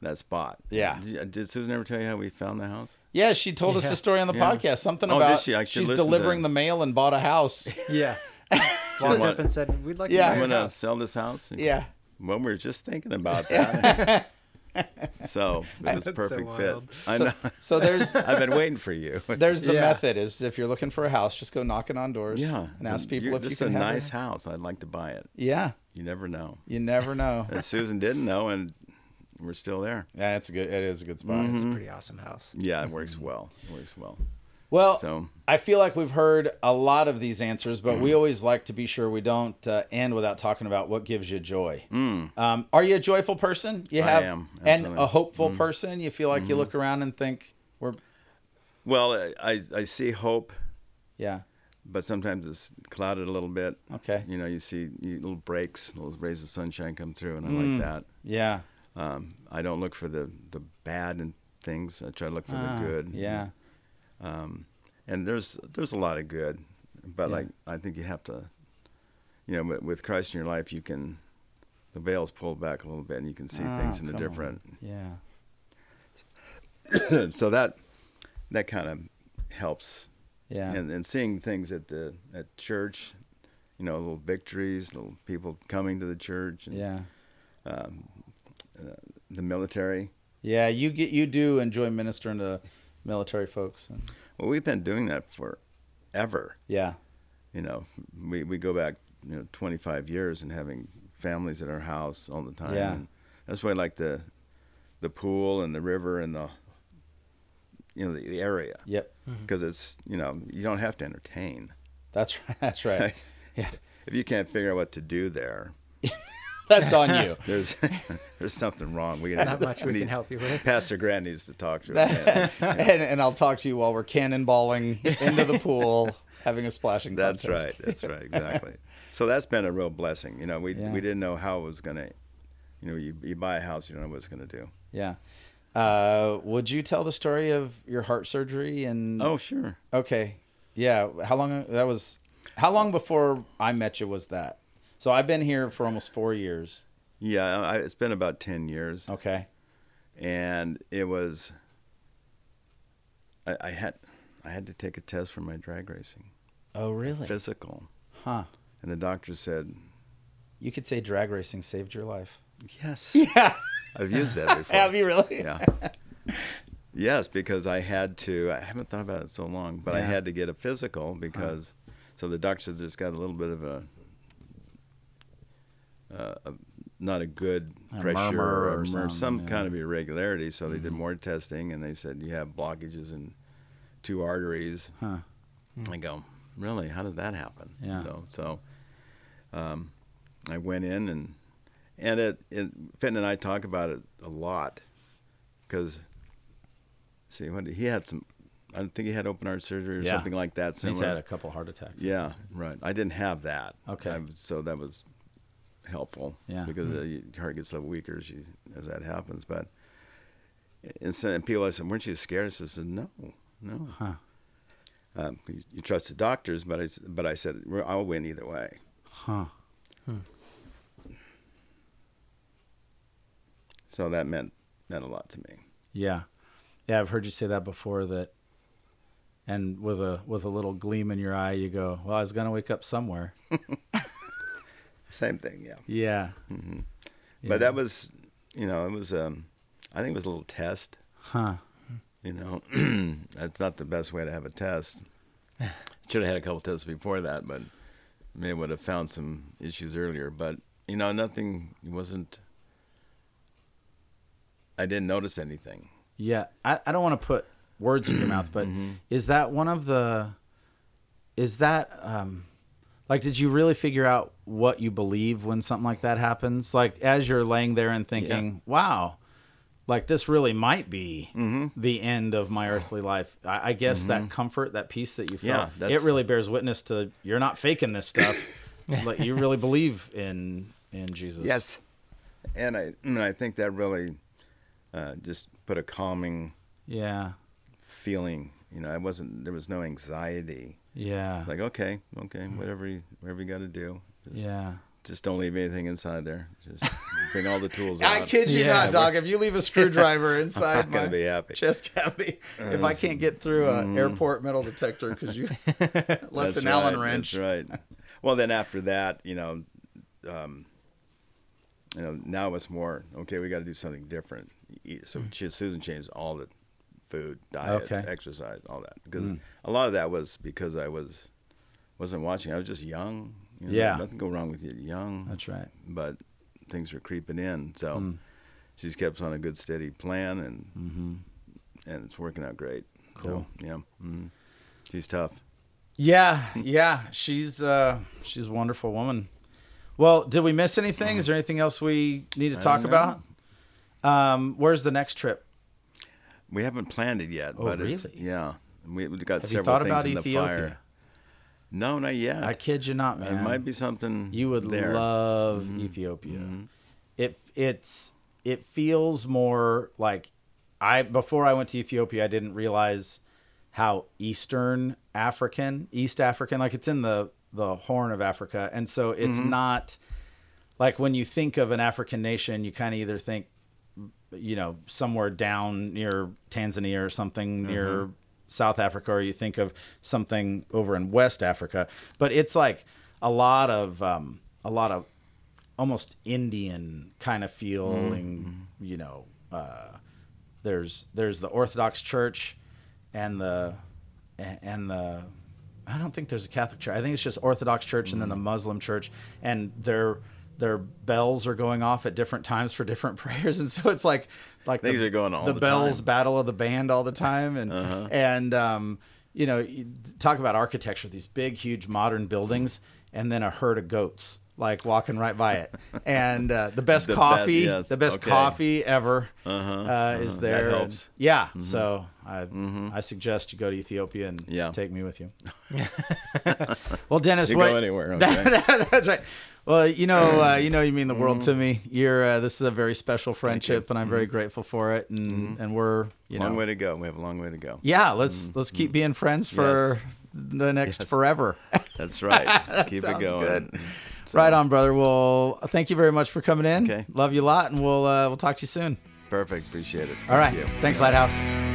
That spot. Yeah. Did, uh, did Susan ever tell you how we found the house? yeah she told us Yeah. the story on the Yeah. podcast something Oh, did about she? I should she's listen to delivering that. the mail and bought a house Yeah. Walked want- up and said, "We'd like Yeah. to I'm buy Fair your gonna house." sell this house. yeah Well, we were just thinking about that. so it was That's so perfect wild. fit. I know. so there's I've been waiting for you. there's the Yeah. method is if you're looking for a house just go knocking on doors yeah, and ask people You're- if you this can is a have nice it. house. I'd like to buy it. yeah You never know. You never know. And Susan didn't know, and we're still there. yeah, it's a good. It is a good spot. Mm-hmm. It's a pretty awesome house. Yeah, it works well. It works well. Well, So- I feel like we've heard a lot of these answers, but we always like to be sure we don't uh, end without talking about what gives you joy. Um, are you a joyful person? You Hmm. I have am, and absolutely. Hmm. a hopeful person. You feel like you look around and think we're Well, I- I I see hope, yeah. but sometimes it's clouded a little bit. Okay. You know, you see you, little breaks, little rays of sunshine come through, and I Hmm. like that. Yeah. Um, I don't look for the the bad and things. I try to look for Ah, the good. Yeah. and there's there's a lot of good, but Yeah. like I think you have to, you know, with, with Christ in your life, you can, the veil's pulled back a little bit, and you can see things Oh, in a come different. on. Yeah. so that that kind of helps, Yeah. and and seeing things at the at church, you know, little victories, little people coming to the church, and yeah. the military. Yeah. You get you do enjoy ministering to military folks. And, Well, we've been doing that forever. yeah. you know, we, we go back, you know, 25 years and having families at our house all the time. Yeah. And that's why I like the the pool and the river and the you know the, the area. Yep. Because it's you know you don't have to entertain. That's right. That's right. Yeah. If you can't figure out what to do there, That's on you. there's there's something wrong. We Not much we can help you with. Pastor Grant needs to talk to us. man. and, and I'll talk to you while we're cannonballing into the pool, having a splashing That's contest. right. That's right. Exactly. so that's been a real blessing. You know, we Yeah. we didn't know how it was gonna. You know, you, you buy a house, you don't know what it's gonna do. Yeah. Uh, would you tell the story of your heart surgery and? Oh sure. Okay. Yeah. How long that was? How long before I met you was that? So I've been here for almost four years. Yeah, I, it's been about ten years, Okay. and it was. I, I had, I had to take a test for my drag racing Oh, really? physical, Huh. and the doctor said, You could say drag racing saved your life. "Yes, yeah, I've used that before." Have you really? yeah. Yes, because I had to. I haven't thought about it in so long, but I Yeah. had to get a Uh-huh. physical because. So the doctor just got a little bit of a, uh, a- not a good pressure murmur or or, mur- something, some yeah. Mm-hmm. kind of irregularity. So they did more testing and they said you have blockages in two arteries. I go, really? How did that happen? Yeah. So, so um, I went in and and it, it Fenton and I talk about it a lot because see what he had some. I think he had open heart surgery or Yeah. something like that. He's Similar. had a couple heart attacks. yeah, right. I didn't have that. Okay. I- so that was helpful. Yeah. Hmm. Because uh, your heart gets a little weaker as you as that happens, but and, so, and people I said, weren't you scared? I said, no, no. Huh. Um, you, you trust the doctors, but I s- but I said "Well, I'll win either way. Huh. So that meant meant a lot to me. Yeah. Yeah, I've heard you say that before. That, and with a with a little gleam in your eye, you go, "Well, I was gonna wake up somewhere." Same thing, yeah. yeah, But that was, you know, it was. Um, I think it was a little test. huh? You know, that's not the best way to have a test. Should have had a couple tests before that, but maybe would have found some issues earlier. But you know, nothing it wasn't. I didn't notice anything. Yeah, I, I don't want to put words in your mouth, but Mm-hmm. is that one of the? Is that um, like? Did you really figure out what you believe when something like that happens? Like as you're laying there and thinking, "Wow, like this really might be Mm-hmm. the end of my earthly life." I, I guess that comfort, that peace that you Yeah, felt, it that's- really bears witness to you're not faking this stuff. like you really believe in in Jesus. Yes, and I and I think that really uh, just put a calming Yeah. feeling. You know, I wasn't there was no anxiety. Yeah. Like okay, okay, whatever you whatever you got to do. Just, yeah. Just don't leave anything inside there. Just bring all the tools out. I kid you Yeah, not, we're- dog. If you leave a screwdriver inside Uh, gonna my be happy. chest cavity, if I can't get through an airport metal detector because you left That's an right, Allen wrench, That's right. Well, then after that, you know, um, you know, now it's more okay. We got to do something different. Eat- Hmm. So she- Susan changed all the food, diet, Okay. exercise, all that because Hmm. a lot of that was because I was wasn't watching. I was just young. You know, Yeah. nothing go wrong with you young. That's right. But things were creeping in, so Hmm. she's kept on a good steady plan, and Mm-hmm. and it's working out great. Cool. yeah. Mm. She's tough. yeah, yeah, she's uh, she's a wonderful woman. Well, did we miss anything? Is there anything else we need to talk know. about? Um, where's the next trip? We haven't planned it yet, but it's, Oh, really? yeah, we, we've got Have you several thought things about in Ethiopia? the fire. No, not yet. I kid you not, it man. might be something You would Mm-hmm. there. love Ethiopia. It it's it feels more like I before I went to Ethiopia, I didn't realize how Eastern African, East African, like it's in the the Horn of Africa, and so it's not like when you think of an African nation, you kind of either think you know somewhere down near Tanzania or something near South Africa, or you think of something over in West Africa. But it's like a lot of um, a lot of almost Indian kind of feel, and Mm-hmm. you know, uh, there's there's the Orthodox Church and the and the I Mm-hmm. don't think there's a Catholic church. I think it's just Orthodox church and then the Muslim church, and they're their bells are going off at different times for different prayers, and so it's like like Things the, are going all the, the bells time. Uh-huh. battle of the band all the time, and and um, you know you talk about architecture, these big, huge modern buildings, and then a herd of goats like walking right by it, and uh, the best The best- coffee, yes, the best okay. Uh-huh, coffee ever uh is there. and- Mm, helps. Mm-hmm. yeah, so I I suggest you go to Ethiopia and Yeah. take me with you. well, Dennis, You what, go anywhere. Okay. that's right. Well, you know, uh, you know, you mean the Mm. world to me. You're uh, this is a very special friendship, and I'm very grateful for it. And and we're you Mm-hmm. long know, way to go. We have a long way to go. yeah, let's let's keep being friends for the next Mm, Yes. forever. That's right. Keep it sounds going. good. right on, brother. Well, thank you very much for coming in. Okay. Love you a lot, and we'll uh, we'll talk to you soon. Perfect. Appreciate it. All right, Thank you. thanks, Lighthouse.